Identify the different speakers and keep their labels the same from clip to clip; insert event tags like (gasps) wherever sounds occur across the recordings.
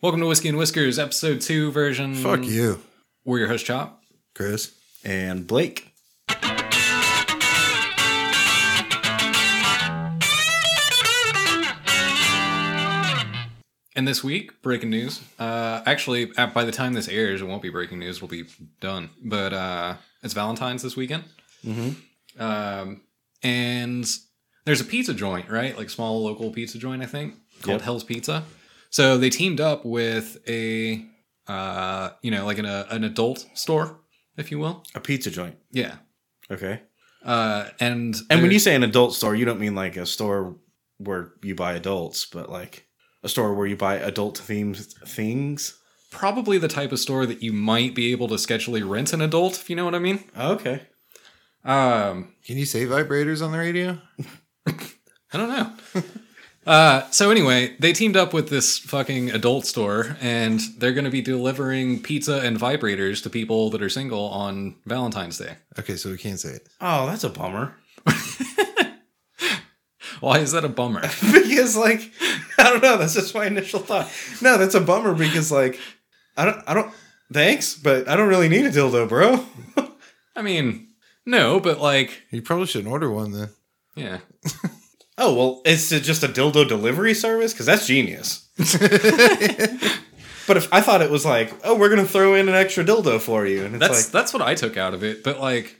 Speaker 1: Welcome to Whiskey and Whiskers, episode two version.
Speaker 2: Mm.
Speaker 3: Fuck you,
Speaker 1: We're your host, Chop.
Speaker 3: Chris.
Speaker 2: and Blake.
Speaker 1: And this week, breaking news. Uh, actually, at- by the time this airs, it won't be breaking news. We'll be done. But uh, it's Valentine's this weekend. Mm-hmm. Um, and there's a pizza joint, right? Like small local pizza joint, I think, called
Speaker 2: Yep.
Speaker 1: Hell's Pizza. So they teamed up with a, uh, you know, like an, uh, an adult store, if you will.
Speaker 2: A pizza joint.
Speaker 1: Yeah.
Speaker 2: Okay.
Speaker 1: Uh, and
Speaker 2: And when
Speaker 1: they're-
Speaker 2: you say an adult store, you don't mean like a store where you buy adults, but like a store where you buy adult themed things.
Speaker 1: probably the type of store that you might be able to schedule rent an adult, if you know what I mean.
Speaker 2: Okay.
Speaker 1: Um,
Speaker 3: Can you say vibrators on the radio?
Speaker 1: I don't know. uh, so anyway, they teamed up with this fucking adult store, and they're going to be delivering pizza and vibrators to people that are single on Valentine's Day.
Speaker 3: Okay, so we can't say it.
Speaker 2: Oh, that's a bummer. (laughs)
Speaker 1: Why is that a bummer?
Speaker 2: because like (laughs) I don't know, that's just my initial thought. No, that's a bummer because like I don't I don't thanks, but I don't really need a dildo, bro.
Speaker 1: I mean, no, but like,
Speaker 3: You probably shouldn't order one then.
Speaker 1: yeah.
Speaker 2: Oh, well, it's just a dildo delivery service cuz that's (laughs) genius. But if I thought it was like, oh, we're gonna throw in an extra dildo for you, and it's
Speaker 1: That's
Speaker 2: like,
Speaker 1: that's what I took out of it, but like,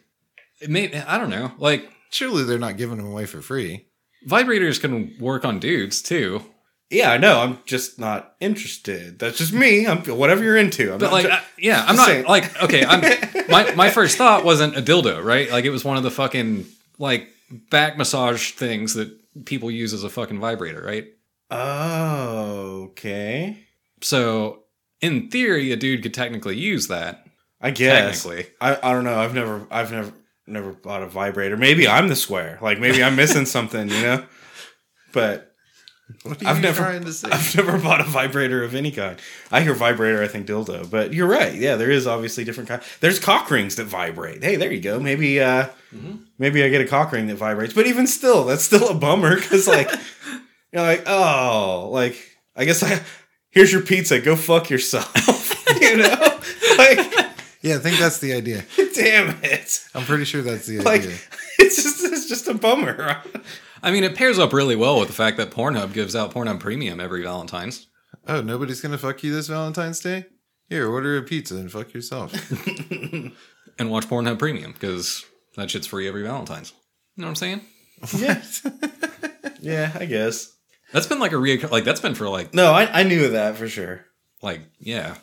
Speaker 1: it made I don't know. Like,
Speaker 3: Surely they're not giving them away for free.
Speaker 1: vibrators can work on dudes too.
Speaker 2: yeah, I know, I'm just not interested. That's just me. I'm whatever you're into. I'm
Speaker 1: But
Speaker 2: not
Speaker 1: like,
Speaker 2: ju-
Speaker 1: I- yeah, I'm not
Speaker 2: saying.
Speaker 1: like okay. I'm (laughs) my my first thought wasn't a dildo, right? Like it was one of the fucking like back massage things that people use as a fucking vibrator, right?
Speaker 2: oh, okay,
Speaker 1: So in theory, a dude could technically use that.
Speaker 2: I guess.
Speaker 1: Technically,
Speaker 2: I, I don't know. I've never I've never never bought a vibrator. Maybe I'm the square. Like maybe I'm missing (laughs) something, you know. But
Speaker 3: What
Speaker 2: I've never-
Speaker 3: trying to say?
Speaker 2: (laughs) I've never bought a vibrator of any kind. I hear vibrator, I think dildo. But you're right. Yeah, there is obviously different kind. There's cock rings that vibrate. Hey, there you go. Maybe uh maybe I get a cock ring that vibrates. But even still, that's still a bummer cuz like (laughs) you're like, "Oh, like I guess I here's your pizza. Go fuck yourself." (laughs) you know? Like (laughs)
Speaker 3: yeah, I think that's the idea.
Speaker 2: damn it.
Speaker 3: I'm pretty sure that's the
Speaker 2: like
Speaker 3: idea.
Speaker 2: (laughs) it's just it's just a bummer. (laughs)
Speaker 1: I mean, it pairs up really well with the fact that Pornhub gives out Pornhub Premium every Valentine's.
Speaker 3: Oh, nobody's gonna fuck you this Valentine's Day. Here, order a pizza and fuck
Speaker 2: (laughs)
Speaker 3: yourself.
Speaker 1: and watch Pornhub Premium because that shit's free every Valentine's. You know what I'm saying?
Speaker 2: yeah, yeah, I guess.
Speaker 1: That's been like a reoccur- like that's been for like
Speaker 2: No, I I knew that for sure.
Speaker 1: like yeah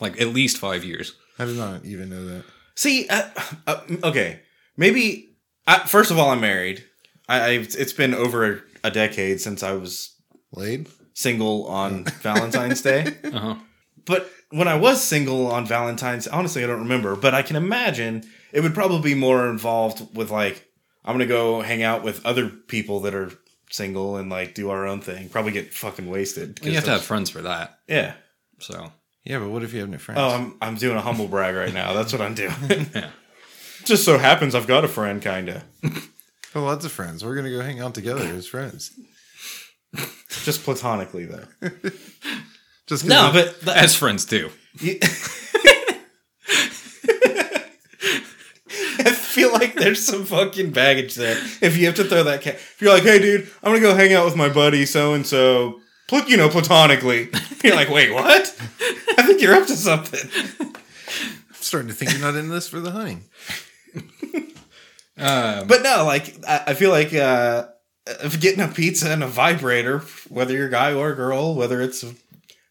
Speaker 1: like at least five years.
Speaker 3: I did not even know that.
Speaker 2: See, uh, uh, okay, maybe. I, first of all, I'm married. I, I've, it's been over a decade since I was
Speaker 3: Laid?
Speaker 2: single
Speaker 1: (laughs)
Speaker 2: on Valentine's Day.
Speaker 1: Uh huh.
Speaker 2: But when I was single on Valentine's, honestly, I don't remember. But I can imagine it would probably be more involved with like I'm gonna go hang out with other people that are single and like do our own thing. Probably get fucking wasted.
Speaker 1: You have to have friends for that.
Speaker 2: yeah.
Speaker 1: So
Speaker 3: Yeah, but what if you have no friends?
Speaker 2: Oh, I'm I'm doing a humble brag right now. That's what I'm doing.
Speaker 1: (laughs) Yeah.
Speaker 2: (laughs) Just so happens I've got a friend, kinda.
Speaker 3: Oh, lots of friends. We're gonna go hang out together as friends.
Speaker 2: Just platonically though.
Speaker 3: Just 'cause
Speaker 2: (laughs) No,
Speaker 3: it-
Speaker 2: but
Speaker 1: as friends do.
Speaker 2: You- I feel like there's some fucking baggage there. If you have to throw that cat, if you're like, hey, dude, I'm gonna go hang out with my buddy so and so, you know, platonically. (laughs) You're like, wait, what? I think you're up to something.
Speaker 3: I'm starting to think you're not in this for the honey.
Speaker 1: Um,
Speaker 2: But no, like, I, I feel like uh, if getting a pizza and a vibrator, whether you're a guy or a girl, whether it's a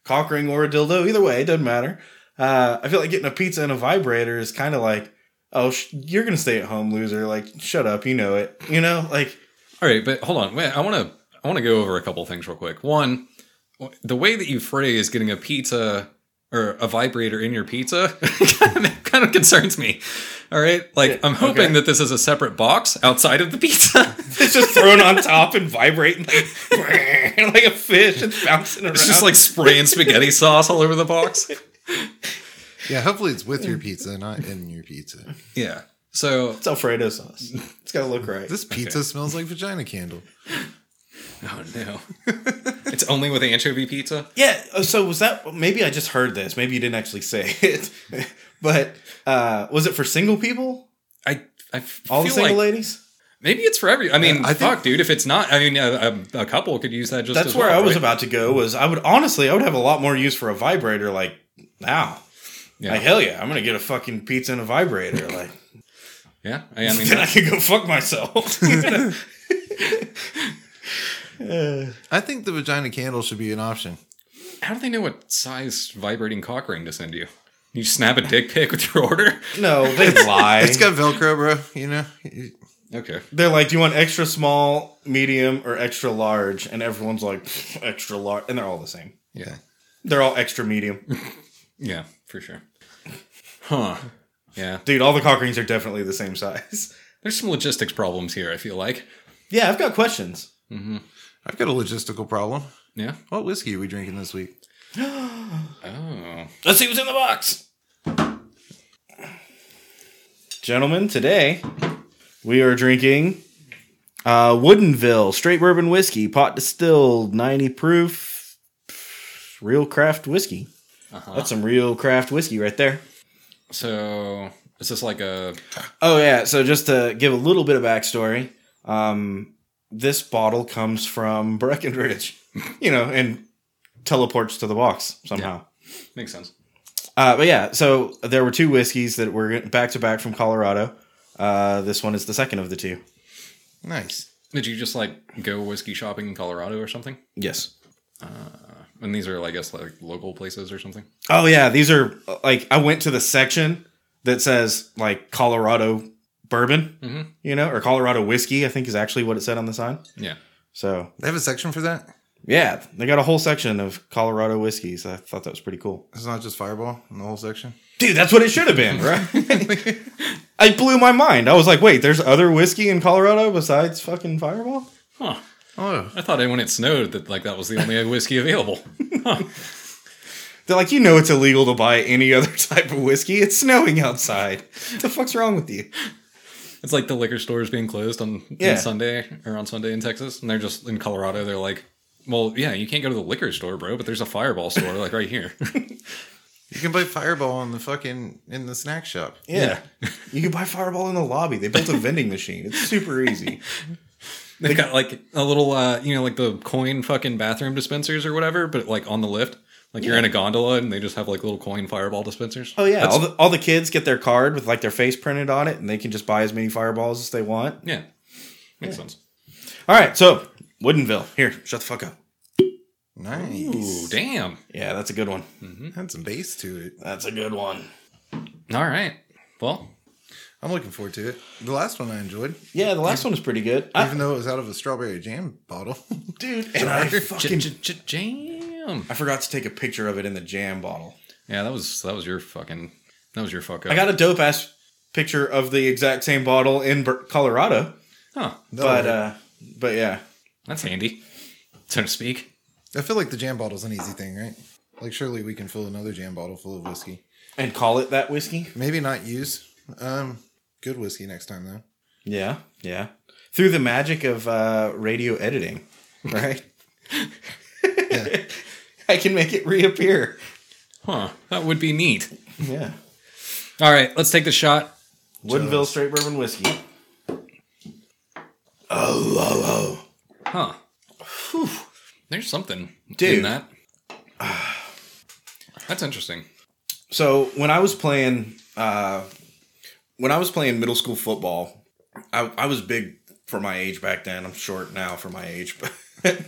Speaker 2: cock ring or a dildo, either way, it doesn't matter. Uh, I feel like getting a pizza and a vibrator is kind of like, oh, sh- you're gonna stay at home, loser. Like, shut up, you know it. You know, like, (laughs)
Speaker 1: all right, but hold on. Wait, I want to. I want to go over a couple things real quick. One, w- the way that you phrase getting a pizza or a vibrator in your pizza (laughs) kind, of, kind of concerns me. All right, like I'm hoping
Speaker 2: okay.
Speaker 1: that this is a separate box outside of the pizza. (laughs)
Speaker 2: it's just thrown on top and vibrating like, (laughs) like a fish. It's bouncing around.
Speaker 1: it's just like spraying spaghetti sauce all over the box.
Speaker 3: Yeah, hopefully it's
Speaker 2: (laughs)
Speaker 3: with your pizza, not in your pizza.
Speaker 1: Yeah. So
Speaker 2: it's Alfredo sauce. It's gotta look right.
Speaker 3: This pizza smells like vagina candle.
Speaker 1: Oh no! (laughs) it's only with anchovy pizza.
Speaker 2: Yeah. oh, So was that? Maybe I just heard this. Maybe you didn't actually say (laughs) it. but uh, was it for single people?
Speaker 1: I I f-
Speaker 2: All the
Speaker 1: feel
Speaker 2: single
Speaker 1: like
Speaker 2: ladies?
Speaker 1: maybe it's for every. I mean,
Speaker 3: I think-
Speaker 1: fuck, dude. If it's not, I mean, a, a, a couple could use that just.
Speaker 2: That's
Speaker 1: as
Speaker 2: where
Speaker 1: well,
Speaker 2: I was
Speaker 1: right?
Speaker 2: about to go. Was I would honestly I would have a lot more use for a vibrator like now.
Speaker 1: Yeah.
Speaker 2: Like hell yeah, I'm gonna get a fucking pizza and a vibrator.
Speaker 1: (laughs)
Speaker 2: Like
Speaker 1: Yeah, I,
Speaker 2: (laughs)
Speaker 1: I mean,
Speaker 2: then I could go
Speaker 1: (laughs)
Speaker 2: fuck myself. (laughs) Uh,
Speaker 3: I think the vagina candle should be an option.
Speaker 1: how do they know what size vibrating cock ring to send you? You snap a dick pic with your order.
Speaker 2: no, they lie.
Speaker 3: It's got Velcro, bro. You know, You-
Speaker 1: Okay.
Speaker 2: They're like, do you want extra small, medium, or extra large? And everyone's like, extra large, and they're all the same.
Speaker 1: Yeah.
Speaker 2: They're all extra medium.
Speaker 1: Yeah, for sure. Huh. Yeah.
Speaker 2: Dude, all the cock rings are definitely the same size.
Speaker 1: There's some logistics problems here, I feel like.
Speaker 2: Yeah, I've got questions.
Speaker 3: I've got a logistical problem.
Speaker 1: Yeah.
Speaker 3: What whiskey are we drinking this week?
Speaker 1: Oh.
Speaker 2: Let's see what's in the box. Gentlemen, today we are drinking uh, Woodenville straight bourbon whiskey, pot distilled, 90 proof, real craft whiskey. That's some real craft whiskey right there.
Speaker 1: So, is this like a.
Speaker 2: Oh yeah, so just to give a little bit of backstory, um, this bottle comes from Breckenridge, (laughs) you know, and teleports to the box somehow.
Speaker 1: Makes sense.
Speaker 2: Uh, but yeah, so there were two whiskeys that were back to back from Colorado. Uh, this one is the second of the two.
Speaker 3: Nice.
Speaker 1: Did you just like go whiskey shopping in Colorado or something?
Speaker 2: Yes.
Speaker 1: And these are, I guess, like local places or something?
Speaker 2: Oh yeah, these are uh, like I went to the section that says like Colorado bourbon,
Speaker 1: Mhm.
Speaker 2: you know, or Colorado whiskey. I think is actually what it said on the sign.
Speaker 1: Yeah.
Speaker 2: So
Speaker 3: They have a section for that.
Speaker 2: Yeah, they got a whole section of Colorado whiskeys. I thought that was pretty cool.
Speaker 3: It's not just Fireball in the whole section.
Speaker 2: Dude, that's what it should have been, right? (laughs) I blew my mind. I was like, wait, there's other whiskey in Colorado besides fucking Fireball?
Speaker 1: Huh.
Speaker 3: Oh,
Speaker 1: I thought when it snowed that like that was the only (laughs) whiskey available.
Speaker 2: They're like, you know it's illegal to buy any other (laughs) type of whiskey. It's snowing outside. the fuck's wrong with you?
Speaker 1: It's like the liquor stores being closed on, on
Speaker 2: Yeah.
Speaker 1: Sunday or on Sunday in Texas, and they're just in Colorado. They're like, "Well, yeah, you can't go to the liquor store, bro, but there's a Fireball store like right
Speaker 2: (laughs)
Speaker 1: here." (laughs)
Speaker 3: you can buy Fireball in the fucking in the snack shop.
Speaker 2: Yeah. you can buy Fireball in the lobby. They (laughs) built a vending machine. It's super easy.
Speaker 1: They've got like a little, uh, you know, like the coin fucking bathroom dispensers or whatever, but like on the lift, like you're in a gondola and they just have like little coin Fireball dispensers.
Speaker 2: Oh, yeah.
Speaker 1: That's-
Speaker 2: All the, all the kids get their card with like their face printed on it, and they can just buy as many Fireballs as they want.
Speaker 1: yeah, makes sense.
Speaker 2: All right, so Woodenville. Here, shut the fuck up.
Speaker 3: Nice.
Speaker 1: Ooh, damn!
Speaker 2: Yeah, that's a good one.
Speaker 3: Had some bass to it.
Speaker 2: That's a good one.
Speaker 1: All right, well,
Speaker 3: I'm looking forward to it. The last one I enjoyed,
Speaker 2: Yeah, the last one was pretty good. I,
Speaker 3: even though it was out of a strawberry jam bottle. (laughs)
Speaker 2: dude, and I
Speaker 1: j-
Speaker 2: fucking
Speaker 1: j- j- jam.
Speaker 2: I forgot to take a picture of it in the jam bottle.
Speaker 1: Yeah, that was that was your fucking that was your fuck up.
Speaker 2: I got a dope ass picture of the exact same bottle in Bur- Colorado,
Speaker 1: huh.
Speaker 3: No,
Speaker 2: but uh, but yeah,
Speaker 1: That's handy, so to speak.
Speaker 3: I feel like the jam bottle's an easy thing, right? Like surely we can fill another jam bottle full of whiskey.
Speaker 2: and call it that whiskey.
Speaker 3: Maybe not use um good whiskey next time though.
Speaker 2: Yeah, yeah. Through the magic of uh, radio editing, right?
Speaker 3: Yeah.
Speaker 2: (laughs) I can make it reappear.
Speaker 1: Huh. That would be neat.
Speaker 2: Yeah,
Speaker 1: All right, let's take the shot.
Speaker 2: Woodenville straight bourbon whiskey. Oh, oh, oh.
Speaker 1: Huh. Whew. There's something in
Speaker 2: Dude.
Speaker 1: that. (sighs) That's interesting.
Speaker 2: so when I was playing, uh, when I was playing middle school football, I, I was big for my age back then. I'm short now for my age, but (laughs)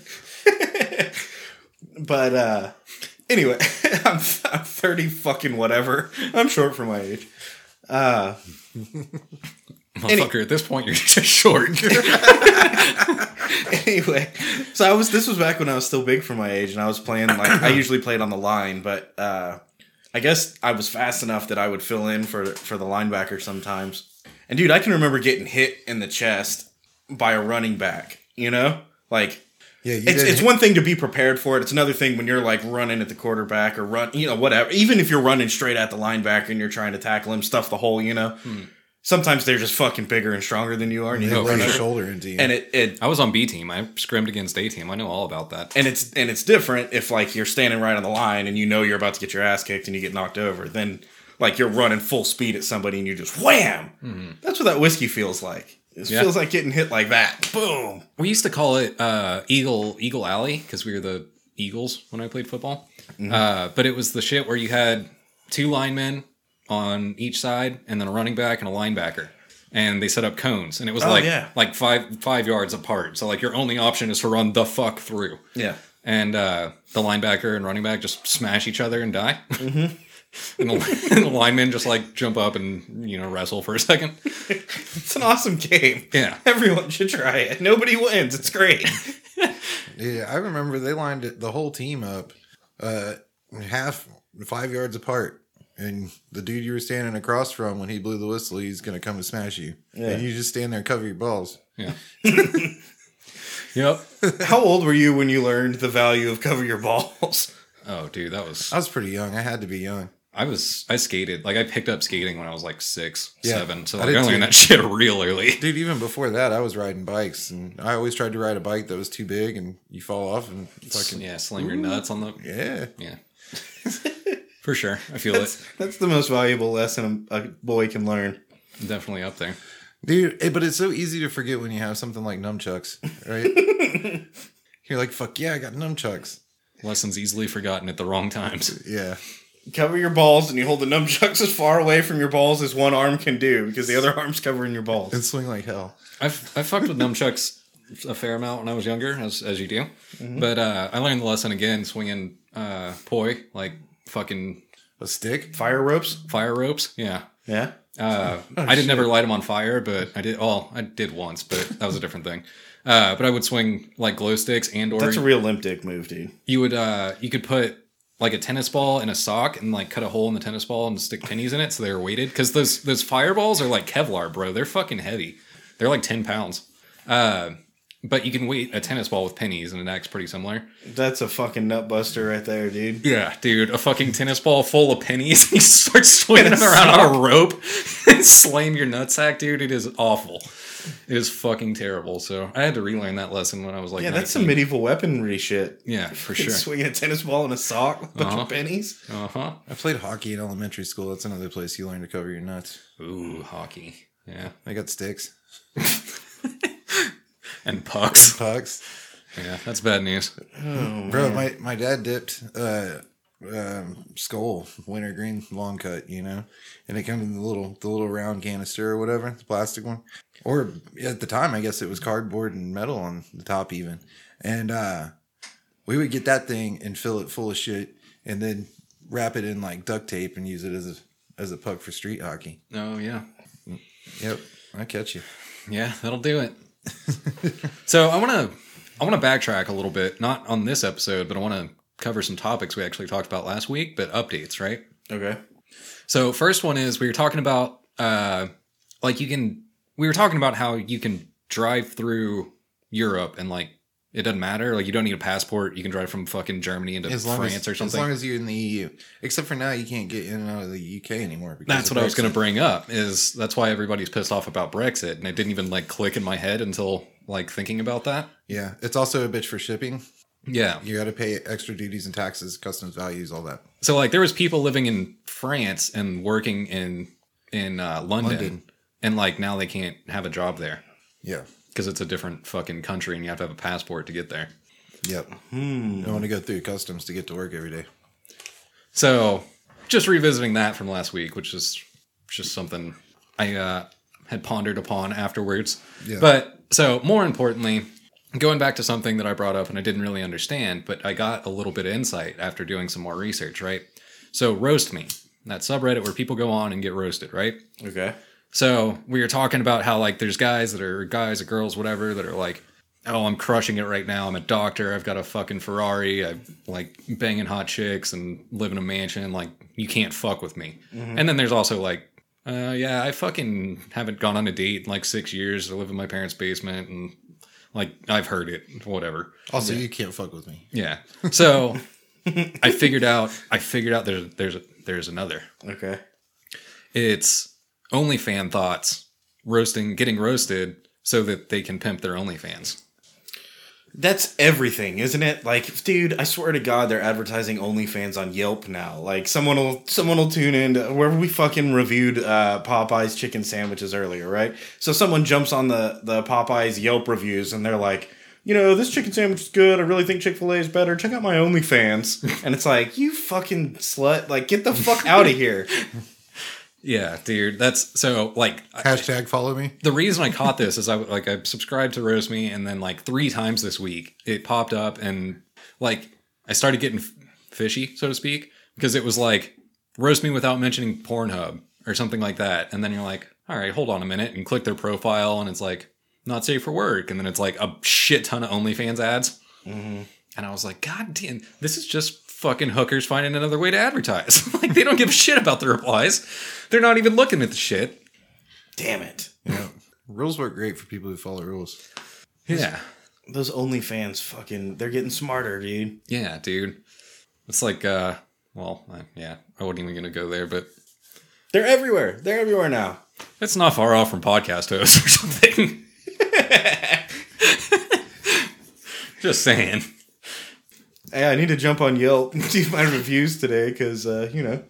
Speaker 2: but uh, anyway, (laughs) I'm, I'm thirty fucking whatever. I'm short for my age.
Speaker 1: Motherfucker, at this point, (laughs) you're just short.
Speaker 2: (laughs) anyway, so I was. This was back when I was still big for my age, and I was playing like I usually played on the line, but uh, I guess I was fast enough that I would fill in for for the linebacker sometimes. And dude, I can remember getting hit in the chest by a running back. You know, like
Speaker 3: Yeah, you
Speaker 2: it's,
Speaker 3: did
Speaker 2: it's one thing to be prepared for it. It's another thing when you're like running at the quarterback or run, you know, whatever. Even if you're running straight at the linebacker and you're trying to tackle him, stuff the hole, you know. Sometimes they're just fucking bigger and stronger than you are, and you
Speaker 1: No,
Speaker 2: hit
Speaker 1: for
Speaker 3: Hmm. run
Speaker 2: run
Speaker 3: your
Speaker 1: sure.
Speaker 2: over.
Speaker 3: shoulder into you.
Speaker 2: And it, it
Speaker 1: I was on B team. I scrimmed against A team. I know all about that.
Speaker 2: and it's and it's different if like you're standing right on the line and you know you're about to get your ass kicked and you get knocked over then like you're running full speed at somebody and you just wham that's what that whiskey feels like it
Speaker 1: Yeah.
Speaker 2: feels like getting hit like that boom
Speaker 1: We used to call it uh, Eagle Eagle Alley because we were the Eagles when I played football.
Speaker 2: Mm-hmm.
Speaker 1: Uh, but it was the shit where you had two linemen on each side, and then a running back and a linebacker, and they set up cones, and it was
Speaker 2: Oh,
Speaker 1: like
Speaker 2: yeah.
Speaker 1: like five five yards apart. So like your only option is to run the fuck through,
Speaker 2: yeah
Speaker 1: and uh, the linebacker and running back just smash each other and die.
Speaker 2: Mm-hmm.
Speaker 1: (laughs) and, the, and the linemen just like jump up and you know wrestle for a second.
Speaker 2: it's an awesome game (laughs)
Speaker 1: Yeah.
Speaker 2: everyone should try it nobody wins it's great
Speaker 3: yeah, I remember they lined it, the whole team up, uh, half five yards apart, and the dude you were standing across from when he blew the whistle, he's gonna come and smash you,
Speaker 2: Yeah.
Speaker 3: and you just stand there and cover your balls.
Speaker 1: Yeah. yep.
Speaker 2: how old were you when you learned the value of cover your balls (laughs)
Speaker 1: Oh, dude, that was
Speaker 3: I was pretty young. I had to be young.
Speaker 1: I was I skated like I picked up skating when I was like six,
Speaker 3: Yeah,
Speaker 1: seven. So
Speaker 3: I
Speaker 1: like, I,
Speaker 3: did
Speaker 1: learned
Speaker 3: too.
Speaker 1: that (laughs) shit real early.
Speaker 3: Dude, even before that, I was riding bikes, and I always tried to ride a bike that was too big, and you fall off and fucking
Speaker 1: yeah, slam your nuts on the
Speaker 3: yeah. (laughs)
Speaker 1: yeah. For sure, I feel
Speaker 2: that's, that's the most valuable lesson a, a boy can learn
Speaker 1: it definitely up there.
Speaker 3: Dude, eh, but it's so easy to forget when you have something like nunchucks, right?
Speaker 2: (laughs)
Speaker 3: You're like, fuck yeah, I got nunchucks.
Speaker 1: Lessons easily forgotten at the wrong times.
Speaker 3: Yeah.
Speaker 2: cover your balls and you hold the nunchucks as far away from your balls as one arm can do because the other arm's covering your
Speaker 3: (laughs)
Speaker 2: balls
Speaker 3: And swing like hell.
Speaker 1: I've I
Speaker 3: (laughs)
Speaker 1: fucked with nunchucks a fair amount when I was younger, as as you do.
Speaker 3: Mm-hmm.
Speaker 1: But uh, I learned the lesson again swinging uh, poi like fucking
Speaker 3: A stick?
Speaker 2: fire ropes.
Speaker 1: fire ropes. Yeah.
Speaker 2: Yeah.
Speaker 1: Uh,
Speaker 2: Oh,
Speaker 1: I did never light them on fire, but I did. Well, I did once, but that was a different thing. Uh, but I would swing like glow sticks and or
Speaker 2: That's a real limp dick move, dude.
Speaker 1: you would uh you could put like a tennis ball in a sock and like cut a hole in the tennis ball and stick pennies in it so they were weighted because those those fireballs are like Kevlar, bro. They're fucking heavy. They're like ten pounds. Uh, but you can weight a tennis ball with pennies and it acts pretty similar.
Speaker 2: That's a fucking nut buster right there, dude.
Speaker 1: Yeah, dude, a fucking tennis ball full of pennies. (laughs) you start swinging it around on a rope (laughs) and slam your nutsack, dude. It is awful. It is fucking terrible. So I had to relearn that lesson when I was like,
Speaker 2: Yeah, that's some
Speaker 1: 19.
Speaker 2: medieval weaponry shit.
Speaker 1: yeah, for
Speaker 2: Fucking
Speaker 1: sure.
Speaker 2: Swinging a tennis ball in a sock with a bunch
Speaker 1: Uh-huh.
Speaker 2: of pennies.
Speaker 1: Uh huh.
Speaker 3: I played hockey in elementary school. That's another place you learn to cover your nuts.
Speaker 1: Ooh, hockey. Yeah.
Speaker 3: I got sticks,
Speaker 1: and pucks.
Speaker 3: pucks.
Speaker 1: Yeah, that's bad news.
Speaker 3: Bro, my, my dad dipped uh, um, skull wintergreen long cut, you know, and it comes in the little the little round canister or whatever, the plastic one. Or at the time, I guess it was cardboard and metal on the top even. And uh, we would get that thing and fill it full of shit, and then wrap it in like duct tape and use it as a as a puck for street hockey.
Speaker 1: Oh yeah,
Speaker 3: Yep, I catch you.
Speaker 1: yeah, that'll do
Speaker 2: (laughs)
Speaker 1: it. so I want to, I want to backtrack a little bit, not on this episode, but I want to cover some topics we actually talked about last week, but updates, right?
Speaker 2: Okay.
Speaker 1: So first one is we were talking about, uh, like you can, we were talking about how you can drive through Europe and like it doesn't matter, like you don't need a passport, you can drive from fucking Germany into
Speaker 3: As long
Speaker 1: France
Speaker 3: as,
Speaker 1: or something.
Speaker 3: As long as you're in the EU, except for now, you can't get in and out of the UK anymore. Because
Speaker 1: That's
Speaker 3: of
Speaker 1: what I was
Speaker 3: Brexit.
Speaker 1: going to bring up. Is that's why everybody's pissed off about Brexit, and it didn't even like click in my head until like thinking about that.
Speaker 3: Yeah, it's also a bitch for shipping.
Speaker 1: Yeah.
Speaker 3: You got to pay extra duties and taxes, customs values, all that.
Speaker 1: So like there was people living in France and working in in uh, London,
Speaker 3: London.
Speaker 1: and like now they can't have a job there
Speaker 3: Yeah.
Speaker 1: because it's a different fucking country, and you have to have a passport to get there.
Speaker 3: Yep.
Speaker 2: Hmm.
Speaker 3: I want to go through customs to get to work every day.
Speaker 1: So just revisiting that from last week, which is just something I uh, had pondered upon afterwards.
Speaker 3: Yeah.
Speaker 1: But so more importantly, going back to something that I brought up and I didn't really understand, but I got a little bit of insight after doing some more research, right? So roast me, that subreddit where people go on and get roasted, right?
Speaker 2: Okay.
Speaker 1: So we were talking about how like there's guys that are guys or girls, whatever, that are like, oh, I'm crushing it right now. I'm a doctor. I've got a fucking Ferrari. I'm like banging hot chicks and live in a mansion. Like you can't fuck with me. And then there's also like, uh, yeah, I fucking haven't gone on a date in like six years. I live in my parents' basement and like I've heard it, whatever.
Speaker 3: Also, you can't fuck with me.
Speaker 1: Yeah. So I figured out. I figured out there's there's there's another.
Speaker 2: Okay.
Speaker 1: It's only fan thoughts roasting getting roasted so that they can pimp their OnlyFans.
Speaker 2: That's everything, isn't it? Like, dude, I swear to God, they're advertising OnlyFans on Yelp now. Like, someone will someone will tune in to where we fucking reviewed uh, Popeyes chicken sandwiches earlier, right? So someone jumps on the the Popeyes Yelp reviews and they're like, you know, this chicken sandwich is good. I really think Chick fil A is better. Check out my OnlyFans, and it's like, you fucking slut! Like, get the fuck out of here.
Speaker 1: Yeah, dude, that's so like I-
Speaker 3: Hashtag follow me.
Speaker 1: the reason I caught this is I like I subscribed to Roast Me and then like three times this week it popped up and like I started getting f- fishy so to speak because it was like roast me without mentioning Pornhub or something like that and then you're like all right hold on a minute and click their profile and it's like not safe for work and then it's like a shit ton of OnlyFans ads and I was like god damn this is just fucking hookers finding another way to advertise (laughs) like they don't give a shit about the replies they're not even looking at the shit
Speaker 2: Damn it!
Speaker 3: Yeah. rules work great for people who follow rules.
Speaker 1: yeah.
Speaker 2: Those OnlyFans, fucking, they're getting smarter, dude.
Speaker 1: Yeah, dude. It's like, uh, well, I, yeah, I wasn't even going to go there, but
Speaker 2: They're everywhere. They're everywhere now.
Speaker 1: it's not far off from podcast hosts or (laughs) something. Just saying.
Speaker 2: Hey, I need to jump on Yelp and (laughs) do my reviews today because uh, you know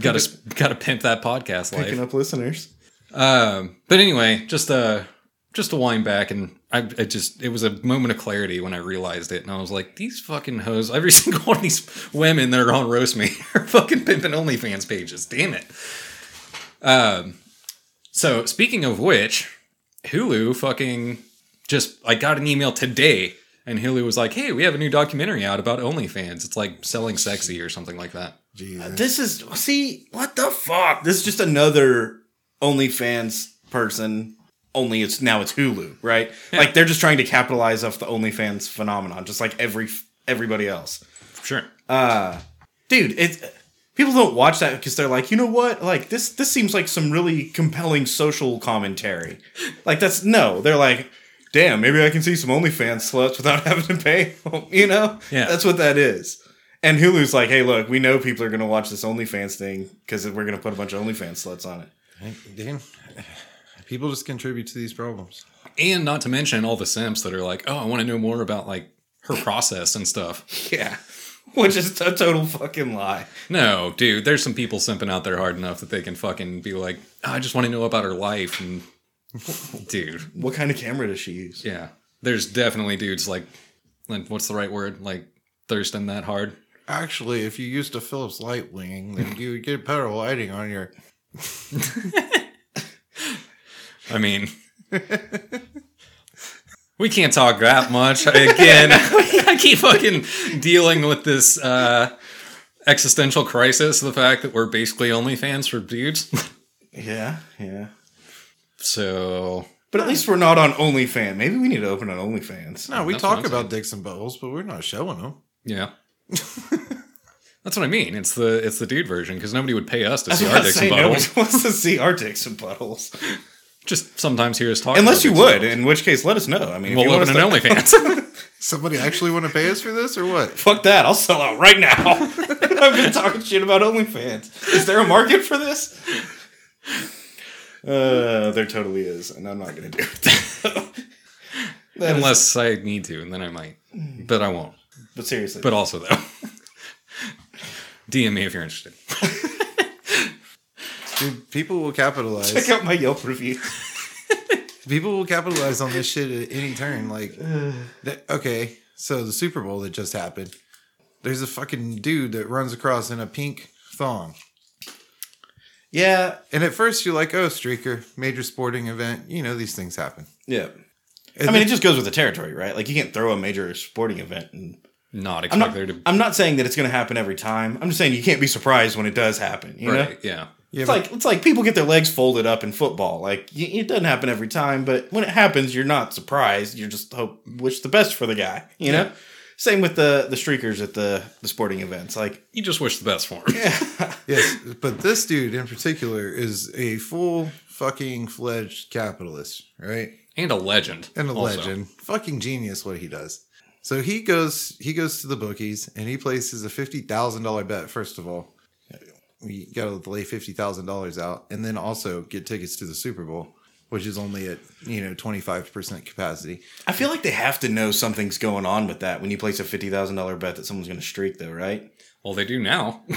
Speaker 1: Got to got to pimp that podcast
Speaker 2: picking
Speaker 1: life.
Speaker 2: up listeners.
Speaker 1: Um, but anyway, just uh, just to wind back, and I, I just it was a moment of clarity when I realized it, and I was like, these fucking hoes, (laughs) every single one of these women that are on roast me (laughs) are fucking pimping OnlyFans pages. Damn it. Um, So speaking of which, Hulu fucking just I got an email today and Hulu was like, "Hey, we have a new documentary out about OnlyFans. It's like selling sexy or something like that."
Speaker 3: Jesus.
Speaker 2: This is see what the fuck. This is just another OnlyFans person. Only it's now it's Hulu, right? Like they're just trying to capitalize off the OnlyFans phenomenon, just like every everybody else.
Speaker 1: Sure.
Speaker 2: dude it people don't watch that because they're like you know what like this this seems like some really compelling social commentary like that's no they're like damn maybe i can see some onlyfans sluts without (laughs) having to pay you know
Speaker 1: Yeah.
Speaker 2: that's what that is and hulu's like hey look we know people are going to watch this onlyfans thing because we're going to put a bunch of onlyfans sluts on it
Speaker 3: Damn. People just contribute to these problems.
Speaker 1: and not to mention all the simps that are like, "Oh, I want to know more about like her process and stuff."
Speaker 2: (laughs) yeah which is a total fucking lie
Speaker 1: No, dude, there's some people simping out there hard enough that they can fucking be like, "Oh, "I just want to know about her life." And (laughs) dude,
Speaker 2: what kind of camera does she use
Speaker 1: yeah. There's definitely dudes like like what's the right word? Like thirsting that hard.
Speaker 3: Actually, if you used a Phillips light wing, then you would get better lighting on your.
Speaker 1: I mean, (laughs) we can't talk that much. Again, I keep fucking dealing with this uh, existential crisis the fact that we're basically only fans for dudes.
Speaker 2: yeah yeah
Speaker 1: so,
Speaker 2: but at least we're not on onlyfans maybe we need to open an onlyfans
Speaker 3: No, we
Speaker 1: That's what
Speaker 3: talk
Speaker 1: I'm
Speaker 3: about dicks and buttholes, but we're not showing them.
Speaker 1: yeah. (laughs) That's what I mean. It's the it's the dude version because nobody would pay us to
Speaker 2: I was
Speaker 1: see
Speaker 2: about
Speaker 1: our
Speaker 2: to
Speaker 1: dicks
Speaker 2: say,
Speaker 1: and buttholes.
Speaker 2: Nobody wants to see our dicks and buttholes.
Speaker 1: (laughs) Just sometimes hear us talk.
Speaker 2: Unless
Speaker 1: about
Speaker 2: you
Speaker 1: dicks and
Speaker 2: would,
Speaker 1: buttholes.
Speaker 2: in which case, let us know. I mean, if you
Speaker 1: we'll
Speaker 2: want
Speaker 1: open an
Speaker 2: us to-
Speaker 1: OnlyFans.
Speaker 3: Somebody actually want to pay us for this or
Speaker 2: (laughs)
Speaker 3: what?
Speaker 2: (laughs) Fuck that! I'll sell out right now. (laughs) I've been talking shit about OnlyFans. Is there a market for this? Uh, there totally is, and I'm not gonna do it. That is-
Speaker 1: Unless I need to, and then I might, but I won't.
Speaker 2: but seriously,
Speaker 1: But also though, (laughs) DM me if you're interested.
Speaker 3: Dude, people will
Speaker 2: check
Speaker 3: capitalize.
Speaker 2: out my Yelp review.
Speaker 3: People will capitalize on
Speaker 2: (laughs)
Speaker 3: this shit at any turn.
Speaker 2: (sighs)
Speaker 3: Like, that, okay, so the Super Bowl that just happened, there's a fucking dude that runs across in a pink thong.
Speaker 2: Yeah,
Speaker 3: And at first you're like, oh, streaker, major sporting event. You know, these things happen.
Speaker 2: yeah.
Speaker 3: And
Speaker 2: I mean, it just goes with the territory, right? Like you can't throw a major sporting event and
Speaker 1: Not
Speaker 2: I'm
Speaker 1: expect
Speaker 2: not,
Speaker 1: there to.
Speaker 2: I'm not saying that it's going to happen every time. I'm just saying you can't be surprised when it does happen. You know,
Speaker 1: Right. Yeah.
Speaker 3: yeah,
Speaker 2: it's
Speaker 3: but-
Speaker 2: like it's like people get their legs folded up in football. Like y- it doesn't happen every time, but when it happens, you're not surprised. You just hope wish the best for the guy. You know.
Speaker 1: Yeah.
Speaker 2: Same with the the streakers at the the sporting events. Like
Speaker 1: You just wish the best for him.
Speaker 3: Yes, but this dude in particular is a full fucking fledged capitalist, right?
Speaker 1: And a legend.
Speaker 3: And a
Speaker 1: also.
Speaker 3: legend, fucking genius what he does. So he goes he goes to the bookies and he places a fifty thousand dollar bet first of all. you got to lay fifty thousand dollars out, and then also get tickets to the Super Bowl, which is only at you know twenty five percent capacity.
Speaker 2: I feel like they have to know something's going on with that when you place a fifty thousand dollar bet that someone's going to streak, though, right?
Speaker 1: Well, they do now. (laughs)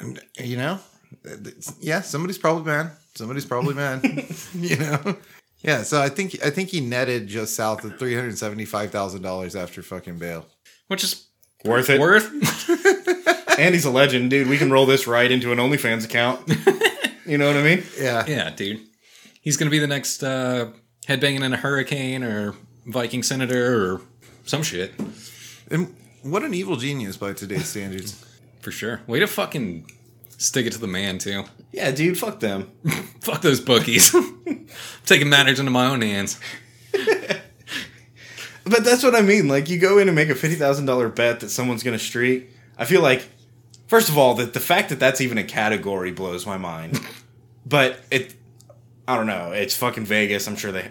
Speaker 3: And, You know, Th- th- yeah, somebody's probably mad. Somebody's probably mad. you know, yeah. So I think I think he netted just south of three hundred seventy five thousand dollars after fucking bail.
Speaker 1: Which is
Speaker 2: Worth (laughs) it.
Speaker 1: worth.
Speaker 2: and he's a legend, dude. We can roll this right into an OnlyFans (laughs) account. you know what I mean?
Speaker 3: Yeah,
Speaker 1: yeah, dude. He's going to be the next uh, headbanging in a hurricane or Viking senator or some shit
Speaker 3: and what an evil genius by today's standards.
Speaker 1: for sure. Way to fucking stick it to the man too.
Speaker 2: Yeah, dude. Fuck them.
Speaker 1: Fuck those bookies. (laughs) Taking matters into my own hands.
Speaker 2: But that's what I mean. Like, you go in and make a fifty thousand dollar bet that someone's going to streak. I feel like, first of all, that the fact that that's even a category blows my mind. but it, I don't know. It's fucking Vegas. I'm sure they.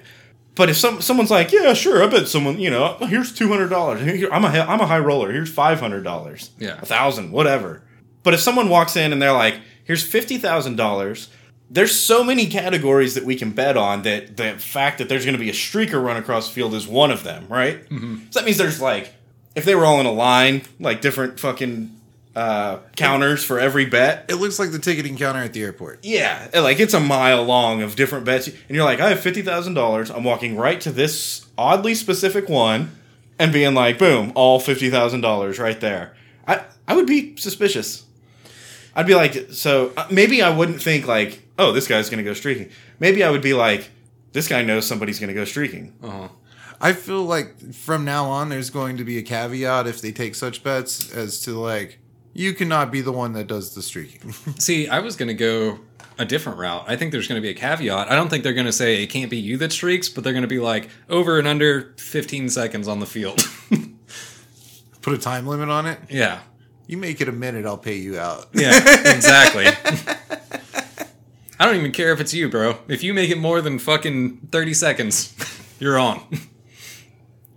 Speaker 2: But if some someone's like, yeah, sure, I bet someone, you know, here's two hundred dollars. I'm a I'm a high roller. Here's five hundred dollars.
Speaker 1: Yeah.
Speaker 2: a thousand, whatever. But if someone walks in and they're like, here's fifty thousand dollars. There's so many categories that we can bet on that the fact that there's going to be a streaker run across the field is one of them, right? So that means there's like, if they were all in a line, like different fucking uh, counters for every bet,
Speaker 3: It looks like the ticketing counter at the airport.
Speaker 2: yeah, like it's a mile long of different bets, and you're like, I have fifty thousand dollars. I'm walking right to this oddly specific one, and being like, boom, all fifty thousand dollars right there. I I would be suspicious. I'd be like, so uh, maybe I wouldn't think like, oh, this guy's gonna go streaking. Maybe I would be like, this guy knows somebody's gonna go streaking.
Speaker 1: Uh-huh.
Speaker 3: I feel like from now on, there's going to be a caveat if they take such bets as to like, you cannot be the one that does the streaking. (laughs)
Speaker 1: See, I was going to go a different route. I think there's going to be a caveat. I don't think they're going to say it can't be you that streaks, but they're going to be like over and under 15 seconds on the field. (laughs)
Speaker 3: Put a time limit on it.
Speaker 1: yeah.
Speaker 3: You make it a minute, I'll pay you out. (laughs)
Speaker 1: Yeah, exactly. I don't even care if it's you, bro. If you make it more than fucking 30 seconds, you're on.
Speaker 2: (laughs)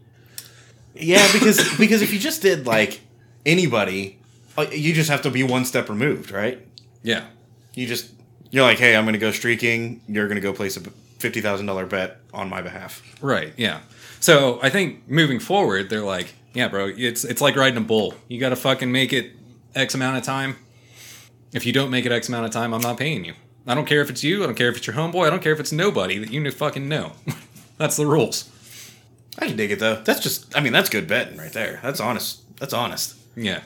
Speaker 2: Yeah, because because if you just did like anybody, uh, you just have to be one step removed, right?
Speaker 1: yeah.
Speaker 2: you just you're like, hey, I'm gonna go streaking. You're gonna go place a fifty thousand dollar bet on my behalf.
Speaker 1: Right. Yeah. So I think moving forward, they're like, yeah, bro, it's it's like riding a bull. You got to fucking make it X amount of time. If you don't make it X amount of time, I'm not paying you. I don't care if it's you. I don't care if it's your homeboy. I don't care if it's nobody that you kn- fucking know. (laughs) That's the rules.
Speaker 2: I can dig it though. That's just, I mean, that's good betting right there. That's honest. That's honest.
Speaker 1: Yeah.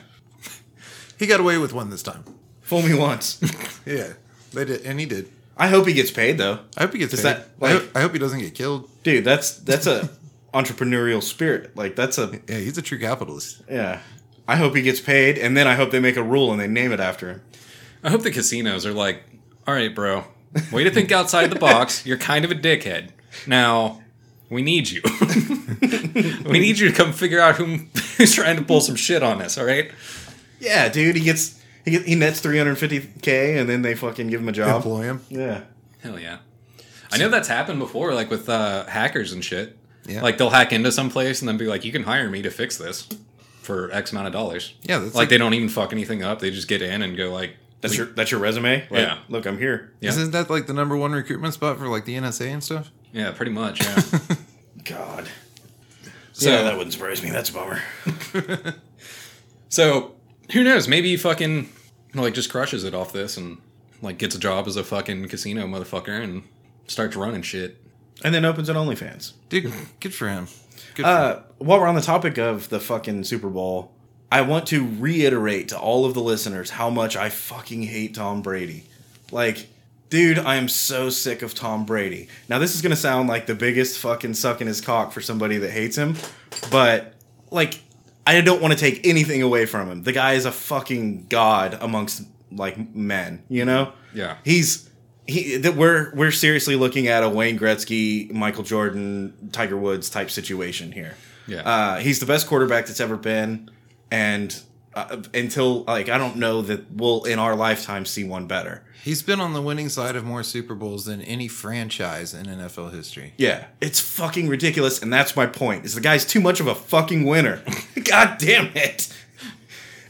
Speaker 3: He got away with one this time.
Speaker 2: Fool me (laughs) once.
Speaker 3: Yeah, they did, and he did.
Speaker 2: I hope he gets paid though,
Speaker 3: I hope he gets
Speaker 2: Does
Speaker 3: paid.
Speaker 2: that,
Speaker 3: I,
Speaker 2: like-
Speaker 3: hope, I hope he doesn't get killed.
Speaker 2: dude. That's that's a entrepreneurial spirit. Like that's a
Speaker 3: Yeah, he's a true capitalist.
Speaker 2: yeah. I hope he gets paid, and then I hope they make a rule and they name it after him.
Speaker 1: I hope the casinos are like, all right, bro, way to think outside the
Speaker 3: (laughs)
Speaker 1: box. You're kind of a dickhead. Now, we need you. (laughs) we need you to come figure out who, who's trying to pull some shit on us, all right?
Speaker 2: Yeah, dude. He gets he gets, he nets three hundred fifty k, and then they fucking give him a job.
Speaker 3: Employ him.
Speaker 2: Yeah.
Speaker 1: Hell yeah. I know that's happened before, like with uh, hackers and shit.
Speaker 3: Yeah.
Speaker 1: Like they'll hack into some place and then be like, you can hire me to fix this for X amount of dollars.
Speaker 3: Yeah, that's
Speaker 1: Like,
Speaker 3: like,
Speaker 1: they don't even fuck anything up. They just get in and go, like,
Speaker 2: That's your that's your resume. Like,
Speaker 1: Yeah.
Speaker 2: Look, I'm here.
Speaker 1: yeah.
Speaker 3: isn't that like the number one recruitment spot for like the NSA and stuff?
Speaker 1: yeah, pretty much.
Speaker 3: (laughs)
Speaker 1: Yeah.
Speaker 2: God.
Speaker 1: So-
Speaker 2: yeah, that wouldn't surprise me. That's a bummer.
Speaker 1: So who knows? Maybe he fucking like just crushes it off this and like gets a job as a fucking casino motherfucker and starts running shit.
Speaker 2: And then opens an OnlyFans.
Speaker 3: Dude, good for him. Good for him.
Speaker 2: Mm-hmm. Uh, while we're on the topic of the fucking Super Bowl, I want to reiterate to all of the listeners how much I fucking hate Tom Brady. Like, dude, I am so sick of Tom Brady. Now, this is going to sound like the biggest fucking suck in his cock for somebody that hates him, but like, I don't want to take anything away from him. The guy is a fucking god amongst like men, you know?
Speaker 1: Yeah.
Speaker 2: he's he that we're we're seriously looking at a Wayne Gretzky, Michael Jordan, Tiger Woods type situation here.
Speaker 1: Yeah.
Speaker 2: Uh, he's the best quarterback that's ever been, and uh, until like I don't know that we'll in our lifetime see one better.
Speaker 3: He's been on the winning side of more Super Bowls than any franchise in NFL history.
Speaker 2: Yeah, it's fucking ridiculous, and that's my point. (laughs) Is the guy's too much of a fucking winner? God damn it!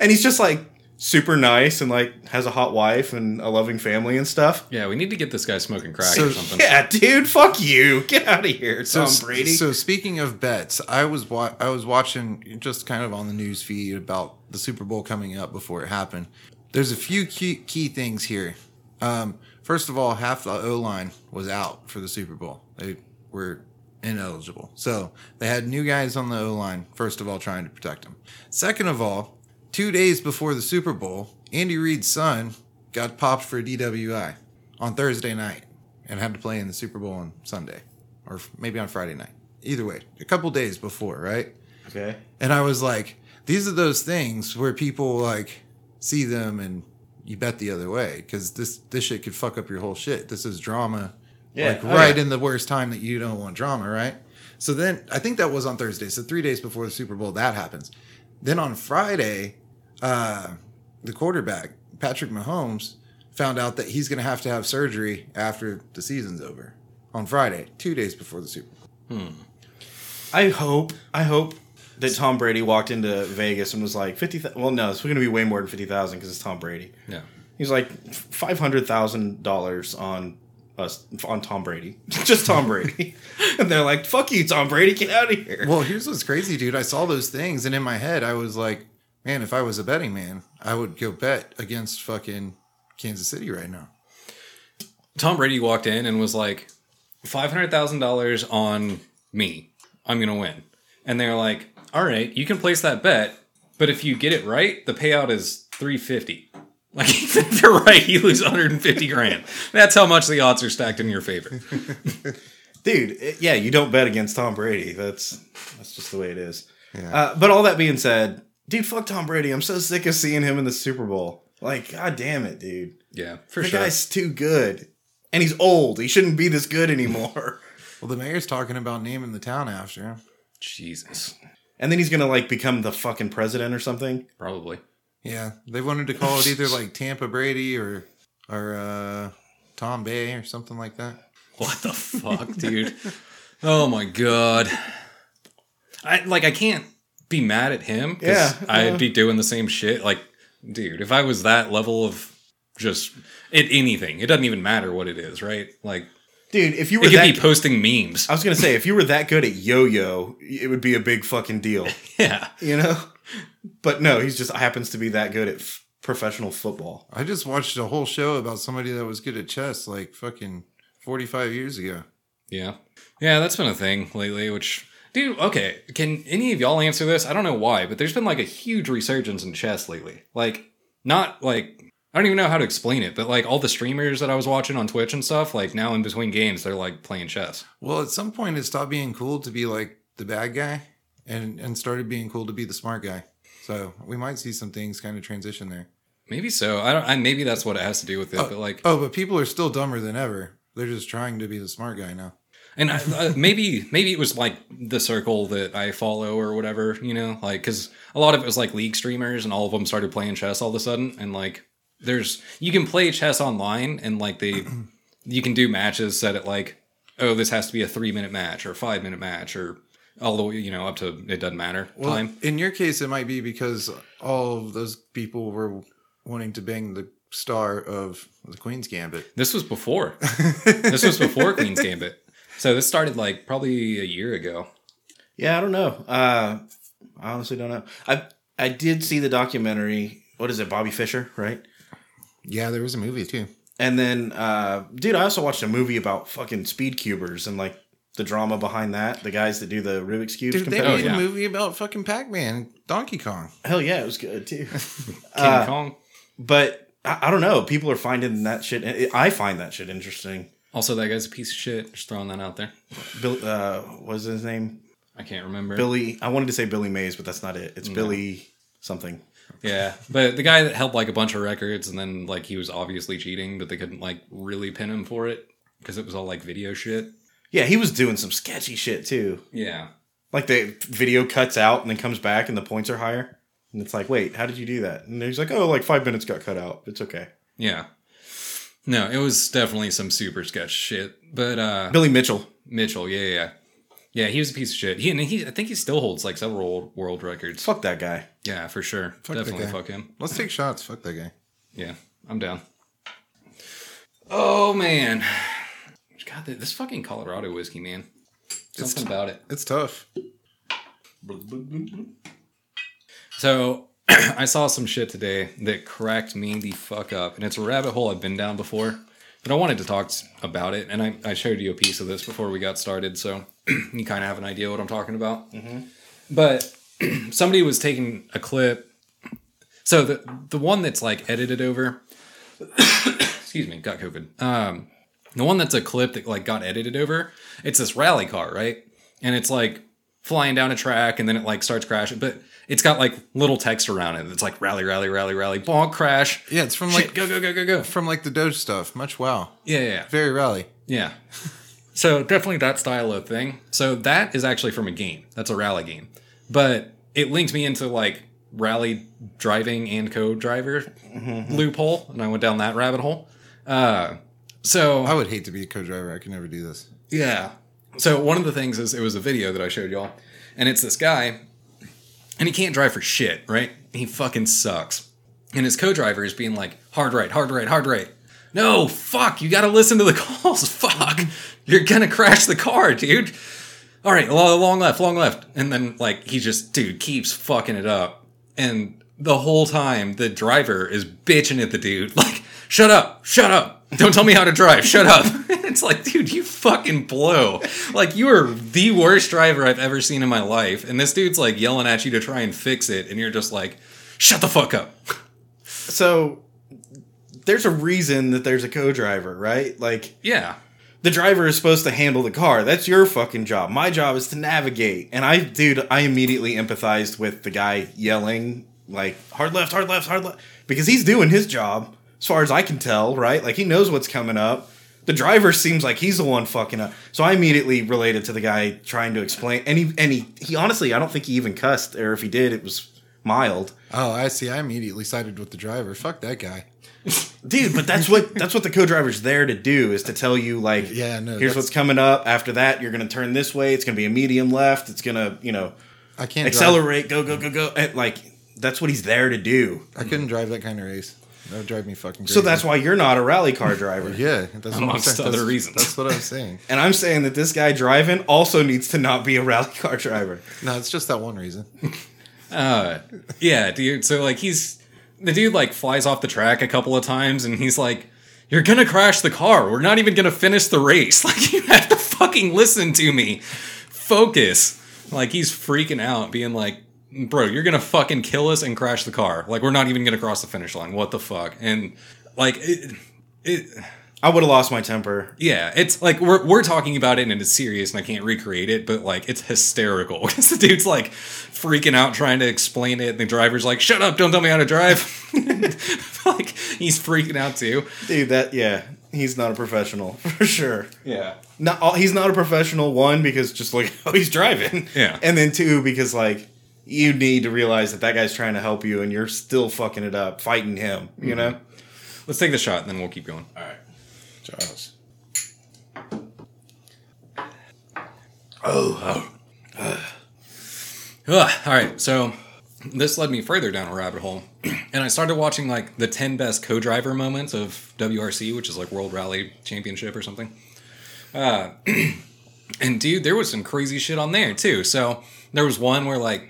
Speaker 2: And he's just like super nice and like has a hot wife and a loving family and stuff.
Speaker 1: Yeah, we need to get this guy smoking crack
Speaker 3: So-
Speaker 1: or something.
Speaker 2: Yeah, dude, fuck you. Get out of here,
Speaker 3: So,
Speaker 2: Tom Brady.
Speaker 3: so speaking of bets, I was wa- I was watching just kind of on the news feed about the Super Bowl coming up before it happened. There's a few key, key things here. Um, first of all, half the O line was out for the Super Bowl. They were ineligible, so they had new guys on the O line. First of all, trying to protect them. Second of all, two days before the Super Bowl, Andy Reid's son got popped for a DWI on Thursday night and had to play in the Super Bowl on Sunday or f- maybe on Friday night. Either way, a couple days before, right?
Speaker 2: okay.
Speaker 3: And I was like, these are those things where people like see them and you bet the other way because this this shit could fuck up your whole shit. This is drama,
Speaker 2: Yeah.
Speaker 3: like
Speaker 2: Oh,
Speaker 3: right
Speaker 2: yeah.
Speaker 3: in the worst time that you don't want drama, right? So then I think that was on Thursday. So three days before the Super Bowl, that happens. Then on Friday, uh, the quarterback Patrick Mahomes found out that he's going to have to have surgery after the season's over on Friday, two days before the Super Bowl.
Speaker 2: I hope. I hope that Tom Brady walked into Vegas and was like fifty. thou- Well, no, it's going to be way more than fifty thousand because it's Tom Brady.
Speaker 1: Yeah.
Speaker 2: He's like five hundred thousand dollars on us on Tom Brady, (laughs) just Tom Brady, (laughs) and they're like, "Fuck you, Tom Brady, get out of here."
Speaker 3: Well, here's what's crazy, dude. I saw those things, and in my head, I was like, man, if I was a betting man, I would go bet against fucking Kansas City right now.
Speaker 1: Tom Brady walked in and was like, five hundred thousand dollars on me. I'm gonna win. And they're like, all right, you can place that bet, but if you get it right, the payout is three fifty. (laughs) Like they're right, you lose 150 grand. That's how much the odds are stacked in your favor.
Speaker 2: dude it- yeah you don't bet against tom brady that's that's just the way it is
Speaker 3: Yeah.
Speaker 2: uh, but all that being said dude fuck tom brady i'm so sick of seeing him in the super bowl like god damn it dude
Speaker 1: Yeah, for
Speaker 2: the
Speaker 1: sure.
Speaker 2: guy's too good and he's old he shouldn't be this
Speaker 1: (laughs)
Speaker 2: good anymore
Speaker 3: Well, the mayor's talking about naming the town after him.
Speaker 1: Jesus,
Speaker 2: and then he's gonna like become the fucking president or something
Speaker 1: probably. (laughs)
Speaker 3: Yeah, they wanted to call it either like Tampa Brady or or uh, Tom Bay or something like that.
Speaker 1: What the fuck, dude? Oh my god. I like I can't be mad at him
Speaker 2: Yeah, uh-huh. yeah.
Speaker 1: I'd be doing the same shit. Like, dude, if I was that level of just it anything, it doesn't even matter what it is, right? Like
Speaker 2: dude if you were
Speaker 1: it could
Speaker 2: that Uh,
Speaker 1: be posting memes.
Speaker 2: i was gonna say if you were that good at yo-yo it would be a big fucking deal
Speaker 1: (laughs) yeah.
Speaker 2: you know but no he's just happens to be that good at f- professional football
Speaker 3: I just watched a whole show about somebody that was good at chess like fucking 45 years ago.
Speaker 1: Yeah. Yeah, that's been a thing lately, which dude, okay. Can any of y'all answer this? I don't know why, but there's been like a huge resurgence in chess lately. Like not like I don't even know how to explain it, but like all the streamers that I was watching on Twitch and stuff, like now in between games, they're like playing chess.
Speaker 3: Well, at some point, it stopped being cool to be like the bad guy, and and started being cool to be the smart guy. So we might see some things kind of transition there.
Speaker 1: Maybe so. I don't I maybe that's what it has to do with it, but like
Speaker 3: Oh, but people are still dumber than ever. They're just trying to be the smart guy now.
Speaker 1: and I, uh, maybe maybe it was like the circle that I follow or whatever, you know, like because a lot of it was like league streamers and all of them started playing chess all of a sudden and like there's you can play chess online and like they (clears throat) you can do matches set at like oh this has to be a three minute match or a five minute match or all the way you know up to it doesn't matter
Speaker 3: Well,
Speaker 1: time.
Speaker 3: in your case, it might be because all of those people were wanting to bang the star of the Queen's Gambit.
Speaker 1: This was
Speaker 2: (laughs)
Speaker 1: before this was before Queen's Gambit, so this started like probably a year ago.
Speaker 2: Yeah, I don't know. Uh, I honestly don't know. I I did see the documentary. What is it, Bobby Fisher, right?
Speaker 3: Yeah, there was a movie too.
Speaker 2: And then, uh, dude, I also watched a movie about fucking speed cubers and like the drama behind that. The guys that do the Rubik's cubes.
Speaker 3: Dude, they
Speaker 2: competitive-
Speaker 1: Oh,
Speaker 3: made
Speaker 1: yeah.
Speaker 3: a movie about fucking Pac-Man, Donkey Kong.
Speaker 2: Hell yeah, it was good too.
Speaker 1: King
Speaker 2: Uh,
Speaker 1: Kong.
Speaker 2: but I, I don't know. People are finding that shit. I find that shit interesting.
Speaker 1: Also, that guy's a piece of shit. Just throwing that out there.
Speaker 2: Bill, uh, what was his name?
Speaker 1: I can't remember.
Speaker 2: Billy. I wanted to say Billy Mays, but that's not it. It's Billy something.
Speaker 1: Yeah, but the guy that held like a bunch of records, and then like he was obviously cheating, but they couldn't like really pin him for it because it was all like video shit.
Speaker 2: Yeah, he was doing some sketchy shit too.
Speaker 1: Yeah,
Speaker 2: Like the video cuts out and then comes back and the points are higher. And it's like, wait, how did you do that? And he's like, oh, like five minutes got cut out. It's okay.
Speaker 1: yeah. No, it was definitely some super sketch shit. But uh
Speaker 2: Billy Mitchell.
Speaker 1: Mitchell, yeah, yeah, yeah. Yeah, he was a piece of shit. He and he, I think he still holds like several old world records.
Speaker 2: Fuck that guy.
Speaker 1: Yeah, for sure.
Speaker 3: Fuck that
Speaker 1: Definitely
Speaker 3: guy.
Speaker 1: fuck him.
Speaker 3: Let's take shots. Fuck that guy.
Speaker 1: Yeah, I'm down. Oh man, God, th- this fucking Colorado whiskey, man. Something about it.
Speaker 3: It's tough.
Speaker 1: So (clears throat) I saw some shit today that cracked me the fuck up, and it's a rabbit hole I've been down before, but I wanted to talk s- about it, and I, I showed you a piece of this before we got started, so (clears throat) you kind of have an idea what I'm talking about. But (clears throat) somebody was taking a clip. So the the one that's like edited over, (coughs) excuse me, got COVID. Um, the one that's a clip that like got edited over. It's this rally car, right? And it's like flying down a track, and then it like starts crashing, but it's got like little text around it. It's like rally, rally, rally, rally, bonk, crash.
Speaker 3: Yeah, it's from
Speaker 1: Shit,
Speaker 3: like
Speaker 1: go, go, go, go, go.
Speaker 3: from like the Doge stuff. Much wow.
Speaker 1: Yeah, yeah, yeah.
Speaker 3: Very rally.
Speaker 1: Yeah. So definitely that style of thing. So that is actually from a game. That's a rally game. But it linked me into like rally driving and co-driver loophole, and I went down that rabbit hole. Uh, so
Speaker 3: I would hate to be a co-driver. I could never do this.
Speaker 1: yeah. So one of the things is it was a video that I showed y'all, and it's this guy, and he can't drive for shit, right? He fucking sucks. And his co-driver is being like, hard right, hard right, hard right. No, fuck, you gotta listen to the (laughs) calls. Fuck. You're gonna crash the car, dude. All right, lo- long left, long left. And then like he just dude keeps fucking it up. And the whole time the driver is bitching at the dude, (laughs) like, shut up, shut up. Don't tell me how to drive. Shut up. (laughs) it's like, dude, you fucking blow. Like, you are the worst driver I've ever seen in my life. And this dude's like yelling at you to try and fix it. And you're just like, shut the fuck up. (laughs)
Speaker 2: So there's a reason that there's a co-driver, right? Like
Speaker 1: Yeah.
Speaker 2: the driver is supposed to handle the car. That's your fucking job. My job is to navigate. And I, dude, I immediately empathized with the guy yelling, like, hard left, hard left, hard left, because he's doing his job, as far as I can tell, right? Like, he knows what's coming up. The driver seems like he's the one fucking up. So I immediately related to the guy trying to explain. And he, and he, he honestly, I don't think he even cussed, or if he did, it was mild.
Speaker 3: Oh, I see. I immediately sided with the driver. Fuck that guy.
Speaker 2: dude but that's what that's what the co-driver's there to do is to tell you like
Speaker 3: Yeah, no,
Speaker 2: here's
Speaker 3: that's-
Speaker 2: what's coming up after that you're gonna turn this way it's gonna be a medium left it's gonna you know
Speaker 3: I can't Drive.
Speaker 2: accelerate go go go go and, like that's what he's there to do
Speaker 3: I couldn't drive that kind of race. That would drive me fucking. Crazy.
Speaker 2: so that's why you're not a rally car driver
Speaker 3: yeah. That's
Speaker 1: Amongst
Speaker 3: what I'm saying.
Speaker 1: other
Speaker 3: That's-
Speaker 1: reasons.
Speaker 3: That's what I'm saying.
Speaker 2: and i'm saying that this guy driving also needs to not be a rally car driver
Speaker 3: No, it's just that
Speaker 1: (laughs)
Speaker 3: one reason.
Speaker 1: Uh, yeah, dude. So like he's the dude like flies off the track a couple of times, and he's like, "You're gonna crash the car. We're not even gonna finish the race. (laughs) Like you have to fucking listen to me. Focus." Like he's freaking out, being like, "Bro, you're gonna fucking kill us and crash the car. Like we're not even gonna cross the finish line. What the fuck?" And like it. it
Speaker 2: i would have lost my temper
Speaker 1: yeah, it's like we're we're talking about it and it's serious and I can't recreate it, but like it's hysterical (laughs) because the dude's like freaking out trying to explain it, and the driver's like, "Shut up! Don't tell me how to drive." (laughs) like he's freaking out too.
Speaker 2: dude that yeah he's not a professional (laughs) for sure
Speaker 1: Yeah.
Speaker 2: not all, he's not a professional one because just like (laughs) how he's driving
Speaker 1: Yeah.
Speaker 2: and then two because like you need to realize that that guy's trying to help you and you're still fucking it up fighting him you know
Speaker 1: Let's take the shot and then we'll keep going.
Speaker 3: Charles.
Speaker 1: Oh, (sighs) Ugh, all right, so this led me further down a rabbit hole, (clears throat) and I started watching like the ten best co-driver moments of WRC, which is like World Rally Championship or something. Uh, (clears throat) and dude, there was some crazy shit on there too. So there was one where like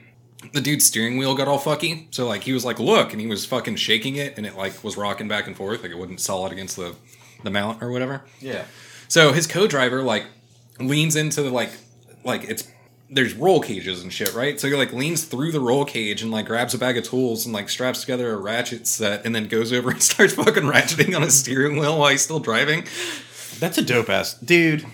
Speaker 1: the dude's steering wheel got all fucky, so like he was like, "Look," and he was fucking shaking it, and it like was rocking back and forth, like it wasn't solid against the the mount or whatever.
Speaker 2: yeah
Speaker 1: So his co-driver like leans into the like like it's there's roll cages and shit, right? So he like leans through the roll cage and like grabs a bag of tools and like straps together a ratchet set and then goes over and (laughs) starts fucking ratcheting on his steering wheel while he's still driving.
Speaker 2: that's a dope ass dude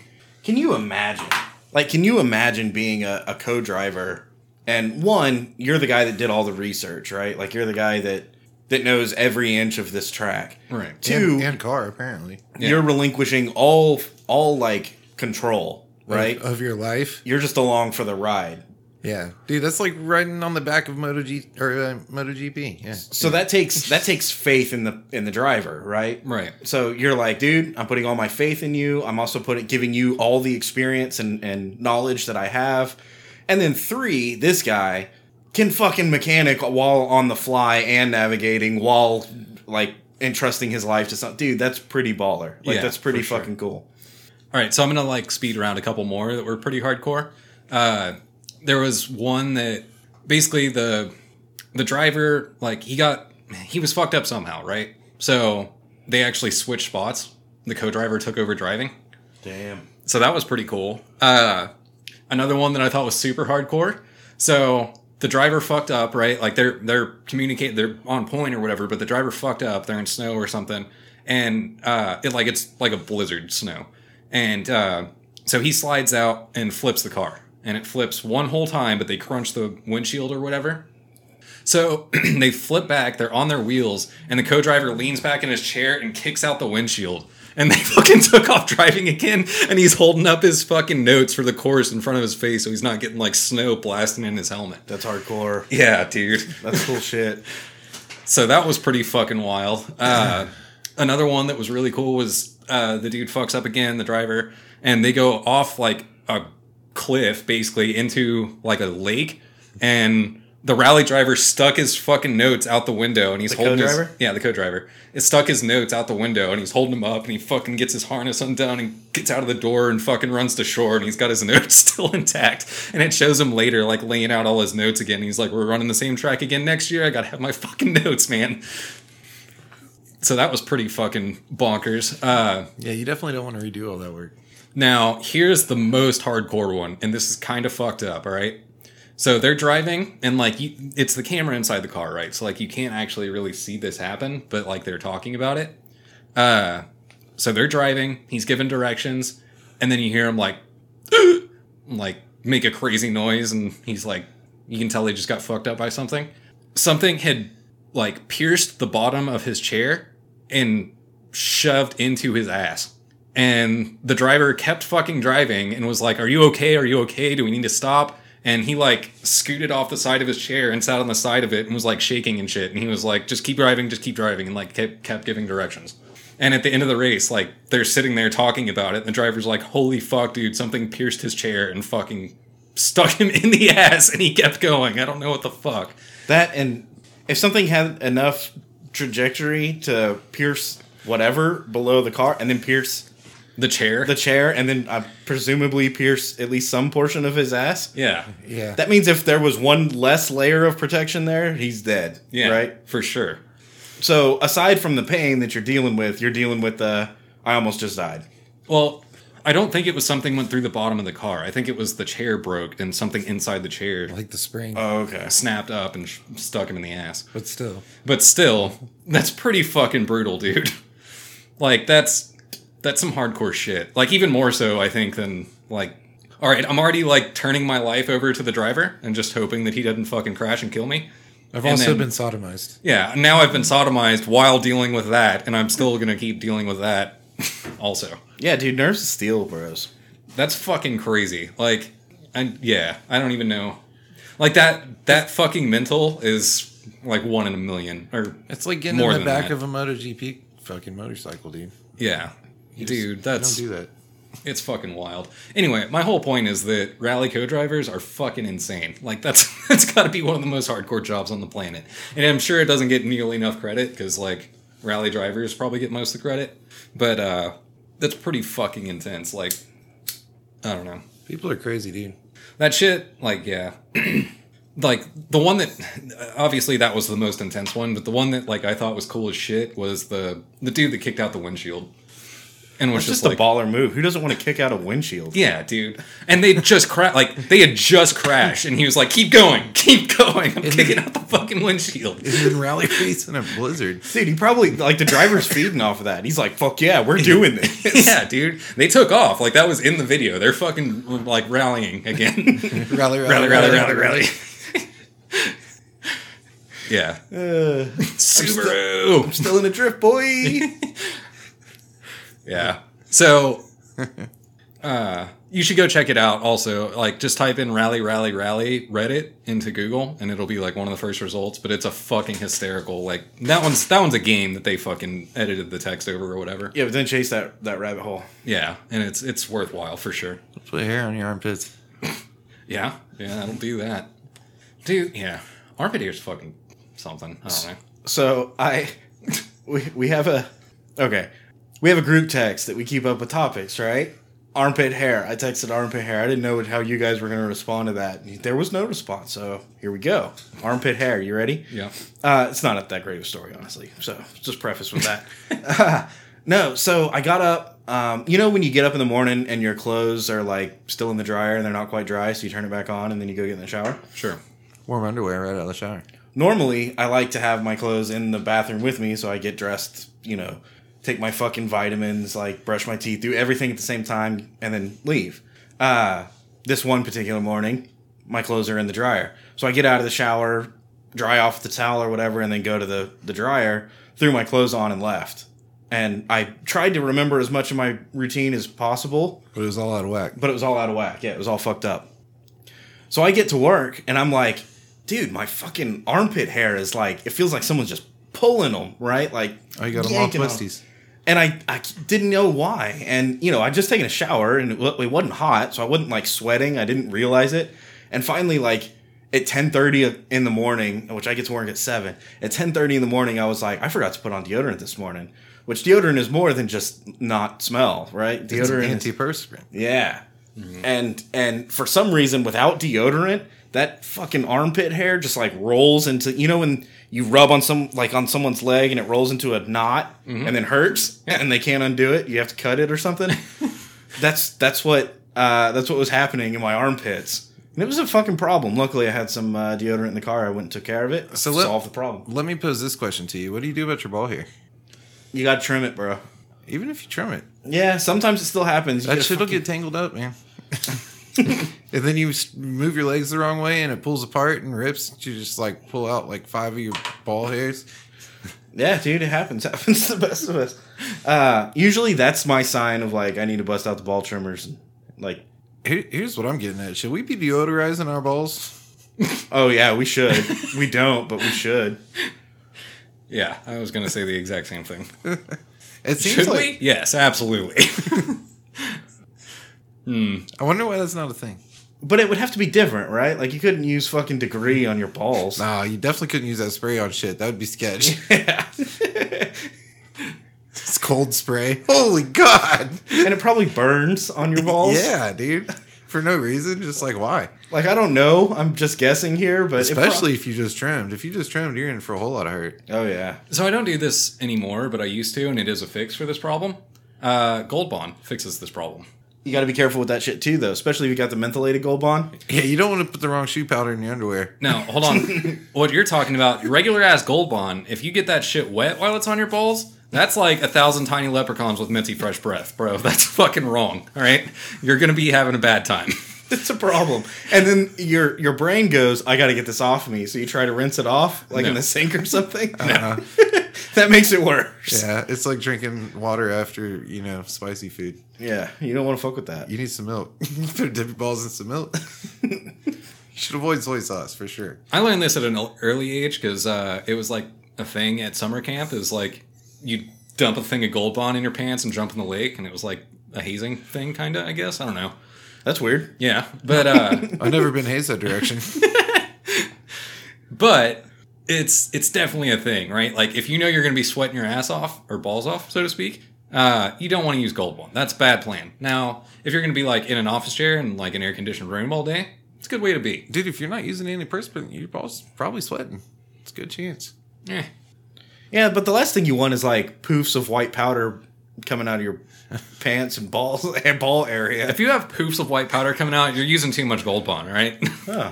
Speaker 2: can you imagine like can you imagine being a, a co-driver and one you're the guy that did all the research right like you're the guy that that knows every inch of this track
Speaker 1: Right.
Speaker 2: two
Speaker 3: and, and car apparently
Speaker 2: you're relinquishing all all like control right
Speaker 3: of, of your life.
Speaker 2: you're just along for the ride.
Speaker 3: Yeah, dude, that's like riding on the back of Moto G or uh, Moto GP. Yeah,
Speaker 2: So that takes that takes faith in the in the driver, right?
Speaker 1: Right.
Speaker 2: So you're like, dude, I'm putting all my faith in you. I'm also putting giving you all the experience and, and knowledge that I have. And then three, this guy can fucking mechanic while on the fly and navigating while like entrusting his life to something. Dude, that's pretty baller. Like
Speaker 1: Yeah,
Speaker 2: that's pretty
Speaker 1: for sure.
Speaker 2: fucking cool.
Speaker 1: All right, so I'm gonna like speed around a couple more that were pretty hardcore. Uh, there was one that basically the the driver like he got he was fucked up somehow, right? So they actually switched spots. The co-driver took over driving,
Speaker 2: Damn.
Speaker 1: so that was pretty cool. Uh, another one that I thought was super hardcore. So the driver fucked up, right? Like they're they're communicating, they're on point or whatever, but the driver fucked up. They're in snow or something, and uh, it like it's like a blizzard snow, and uh, so he slides out and flips the car, and it flips one whole time, but they crunch the windshield or whatever. So (clears throat) they flip back, they're on their wheels, and the co-driver leans back in his chair and kicks out the windshield. And they (laughs) fucking took off driving again, and he's holding up his fucking notes for the course in front of his face so he's not getting like snow blasting in his helmet.
Speaker 2: That's hardcore.
Speaker 1: Yeah, dude.
Speaker 2: That's cool (laughs) shit.
Speaker 1: So that was pretty fucking wild. Uh, another one that was really cool was uh, the dude fucks up again, the driver, and they go off like a cliff basically into like a lake, and the rally driver stuck his fucking notes out the window, and he's holding his-
Speaker 2: co-driver?
Speaker 1: yeah the co-driver it stuck his notes out the window, and he's holding them up, and he fucking gets his harness undone and gets out of the door and fucking runs to shore, and he's got his (laughs) notes still intact, and it shows him later like laying out all his notes again. and he's like, "We're running the same track again next year. I gotta have my fucking (laughs) notes, man." So that was pretty fucking bonkers. Uh,
Speaker 3: yeah. You definitely don't want to redo all that work.
Speaker 1: now, here's the most hardcore one, and this is kind of fucked up, all right? So they're driving, and like, you, it's the camera inside the car, right? So, like, you can't actually really see this happen, but like, they're talking about it. Uh, so they're driving, he's given directions, and then you hear him like, (gasps) like, make a crazy noise, and he's like, you can tell he just got fucked up by something. Something had like pierced the bottom of his chair and shoved into his ass and the driver kept fucking driving and was like, "Are you okay? Are you okay? Do we need to stop?" And he like scooted off the side of his chair and sat on the side of it and was like shaking and shit. And he was like, "Just keep driving, just keep driving," and like kept, kept giving directions. And at the end of the race, like they're sitting there talking about it, and the driver's like, "Holy fuck, dude! Something pierced his chair and fucking stuck him in the (laughs) ass." And he kept going. I don't know what the fuck.
Speaker 2: That and if something had enough trajectory to pierce whatever below the car and then pierce
Speaker 1: The chair.
Speaker 2: the chair and then uh, presumably pierce at least some portion of his ass. (laughs)
Speaker 1: yeah,
Speaker 3: Yeah,
Speaker 2: That means if there was one less layer of protection there, he's dead.
Speaker 1: yeah,
Speaker 2: Right?
Speaker 1: for sure.
Speaker 2: So aside from the pain that you're dealing with, you're dealing with the I almost just died.
Speaker 1: Well, I don't think it was something went through the bottom of the car. I think it was the chair broke and something inside the chair
Speaker 3: like the spring,
Speaker 1: Uh,
Speaker 2: Oh, okay.
Speaker 1: snapped up and sh- stuck him in the ass.
Speaker 3: but still.
Speaker 1: But still, that's pretty fucking brutal, dude. (laughs) like that's that's some hardcore shit. Like even more so, I think than like. All right, I'm already like turning my life over to the driver and just hoping that he doesn't fucking crash and kill me.
Speaker 3: I've
Speaker 1: And
Speaker 3: also
Speaker 1: then-
Speaker 3: been sodomized.
Speaker 1: Yeah, now I've been sodomized while dealing with that, and I'm still gonna keep dealing with that. (laughs) also.
Speaker 2: Yeah, dude, nerves of steel, bros.
Speaker 1: That's fucking crazy. Like, and yeah, I don't even know. Like that that fucking mental is like one in a million. Or
Speaker 3: It's like getting
Speaker 1: More
Speaker 3: in the
Speaker 1: than
Speaker 3: back
Speaker 1: that.
Speaker 3: of a Moto GP fucking motorcycle, dude.
Speaker 1: yeah, dude,
Speaker 3: I don't
Speaker 1: that's
Speaker 3: do that.
Speaker 1: it's fucking wild. Anyway, my whole point is that rally co-drivers are fucking insane. Like that's (laughs) that's got to be one of the most hardcore jobs on the planet. And I'm sure it doesn't get nearly enough credit because like rally drivers probably get most of the credit, but uh that's pretty fucking intense. Like, I don't know.
Speaker 3: People are crazy, dude.
Speaker 1: that shit like yeah (clears throat) like the one that obviously that was the most intense one but the one that like i thought was cool as shit was the the dude that kicked out the windshield and was
Speaker 2: It's just,
Speaker 1: just like
Speaker 2: a baller move. Who doesn't want to kick out a windshield?
Speaker 1: yeah dude and they just cra- like they had just crashed and he was like keep going keep going i'm kicking out the fucking
Speaker 2: (laughs)
Speaker 1: windshield
Speaker 3: (laughs)
Speaker 1: (laughs)
Speaker 3: In rally race in a blizzard.
Speaker 2: Dude, he probably like the (laughs) driver's feeding off of that. He's like, "Fuck yeah, we're doing this."
Speaker 1: yeah dude they took off like that was in the video they're fucking like rallying again (laughs)
Speaker 3: Rally,
Speaker 1: rally rally rally rally yeah
Speaker 2: Uh,
Speaker 1: subaru
Speaker 2: still in a
Speaker 3: (laughs)
Speaker 2: drift, boy.
Speaker 1: Yeah. So, uh, you should go check it out also. Like just type in rally rally rally Reddit into Google and it'll be like one of the first results, but it's a fucking hysterical like that one's that one's a game that they fucking edited the text over or whatever.
Speaker 2: Yeah, but then chase that, that rabbit hole.
Speaker 1: Yeah, and it's it's worthwhile for sure.
Speaker 3: Put hair on your armpits.
Speaker 1: Yeah. Yeah, that'll do that. Dude, yeah. Armpit hair's fucking something. I don't know.
Speaker 2: So I, (laughs) we, we have a, okay, we have a group text that we keep up with topics, right? Armpit hair. I texted armpit hair. I didn't know how you guys were going to respond to that. There was no response, so here we go. Armpit hair. You ready?
Speaker 1: Yeah.
Speaker 2: Uh, it's not that great of a story, honestly. So just preface with that. (laughs) Uh, no, so I got up. Um, you know when you get up in the morning and your clothes are like still in the dryer and they're not quite dry, so you turn it back on and then you go get in the shower.
Speaker 1: Sure.
Speaker 3: Warm underwear right out of the shower.
Speaker 2: Normally, I like to have my clothes in the bathroom with me, so I get dressed. You know, take my fucking vitamins, like brush my teeth, do everything at the same time, and then leave. Uh, this one particular morning, my clothes are in the dryer. So I get out of the shower, dry off the towel or whatever, and then go to the, the dryer, threw my clothes on and left. And I tried to remember as much of my routine as possible,
Speaker 3: But it was all out of whack.
Speaker 2: but it was all out of whack. Yeah, it was all fucked up. So I get to work and I'm like, dude, my fucking armpit hair is like, it feels like someone's just pulling them, right? Like,
Speaker 3: Oh, you got them all
Speaker 2: yanking 'em
Speaker 3: twisties.
Speaker 2: and I, I didn't know why. And, you know, I'd just taken a shower and it, wa- it wasn't hot, so I wasn't like sweating. I didn't realize it. And finally, like at 1030 in the morning, which I get to work at seven, at 1030 in the morning, I was like, I forgot to put on deodorant this morning, which deodorant is more than just not smell, right?
Speaker 3: It's an
Speaker 2: Deodorant is-
Speaker 3: antiperspirant.
Speaker 2: yeah. And and for some reason without deodorant, that fucking armpit hair just like rolls into you know when you rub on some like on someone's leg and it rolls into a knot
Speaker 3: Mm-hmm.
Speaker 2: and then hurts and they can't undo it, you have to cut it
Speaker 3: (laughs)
Speaker 2: or something. that's that's what uh, that's what was happening in my armpits. And it was a fucking problem. Luckily, I had some uh, deodorant in the car. I went and took care of it.
Speaker 3: So let-
Speaker 2: solved the problem.
Speaker 3: Let me pose this question to you. What do you do about your ball hair?
Speaker 2: You got to trim it, bro.
Speaker 3: Even if you trim it,
Speaker 2: Yeah, sometimes it still happens. You
Speaker 3: that
Speaker 2: get
Speaker 3: shit'll
Speaker 2: fucking-
Speaker 3: get tangled up, (laughs) man. and then you s- move your legs the wrong way, and it pulls apart and rips. You just like pull out like five of your ball hairs.
Speaker 2: Yeah, dude, it happens. (laughs) Happens to the best of us. Uh, usually, that's my sign of like I need to bust out the ball trimmers. and Like,
Speaker 3: Here, here's what I'm getting at. Should we be deodorizing our balls?
Speaker 2: oh yeah, we should. we don't, but we should.
Speaker 1: Yeah, I was gonna say the exact same thing.
Speaker 3: It seems
Speaker 1: Should
Speaker 3: like
Speaker 1: we? Yes, absolutely. (laughs)
Speaker 3: I wonder why that's not a thing.
Speaker 2: But it would have to be different, right? Like, you couldn't use fucking degree on your balls. (laughs)
Speaker 3: Nah, you definitely couldn't use that spray on shit. That would be sketch.
Speaker 2: Yeah.
Speaker 3: it's cold spray. Holy god!
Speaker 2: and it probably burns on your balls.
Speaker 3: Yeah, dude. For no reason, just like why?
Speaker 2: Like, I don't know. I'm just guessing here, but it prob-
Speaker 3: Especially if you just trimmed. If you just trimmed, you're in for a whole lot of hurt.
Speaker 2: oh yeah,
Speaker 1: so I don't do this anymore, but I used to, and it is a fix for this problem. Uh, Gold Bond fixes this problem.
Speaker 2: you got to be careful with that shit too, though. Especially if you got the mentholated gold bond.
Speaker 3: Yeah, you don't want to put the wrong shoe powder in your underwear.
Speaker 1: Now, hold on. what you're talking about, regular ass Gold Bond, if you get that shit wet while it's on your balls, that's like a thousand tiny leprechauns with minty fresh breath, bro. (laughs) That's fucking wrong. All right, you're gonna be having a bad time.
Speaker 2: (laughs) It's a problem. And then your your brain goes, I got to get this off me. So you try to rinse it off, like in
Speaker 1: No.
Speaker 2: the sink or something.
Speaker 3: Uh,
Speaker 2: (laughs) that makes it worse.
Speaker 3: yeah, it's like drinking water after you know spicy food.
Speaker 2: Yeah. You don't want to fuck with that.
Speaker 3: You need some milk. (laughs) Put dip your balls in some milk. you should avoid soy sauce for sure.
Speaker 1: I learned this at an early age because uh, it was like a thing at summer camp. Is like you dump a thing of gold bond in your pants and jump in the lake, and it was like a hazing thing, kind of. I guess I don't know.
Speaker 2: That's weird.
Speaker 1: Yeah, but uh,
Speaker 3: I've never been hazed that direction. (laughs)
Speaker 1: but it's it's definitely a thing, right? Like if you know you're going to be sweating your ass off or balls off, so to speak, uh, you don't want to use gold bond. That's a bad plan. Now, if you're going to be like in an office chair and like an air conditioned room all day, it's a good way to be.
Speaker 3: Dude, if you're not using antiperspirant, your balls probably sweating. It's a good chance.
Speaker 1: Eh.
Speaker 2: Yeah, but the last thing you want is like poofs of white powder coming out of your pants and balls (laughs) and ball area.
Speaker 1: If you have poofs of white powder coming out, you're using too much gold bond, all right? (laughs)
Speaker 2: Huh.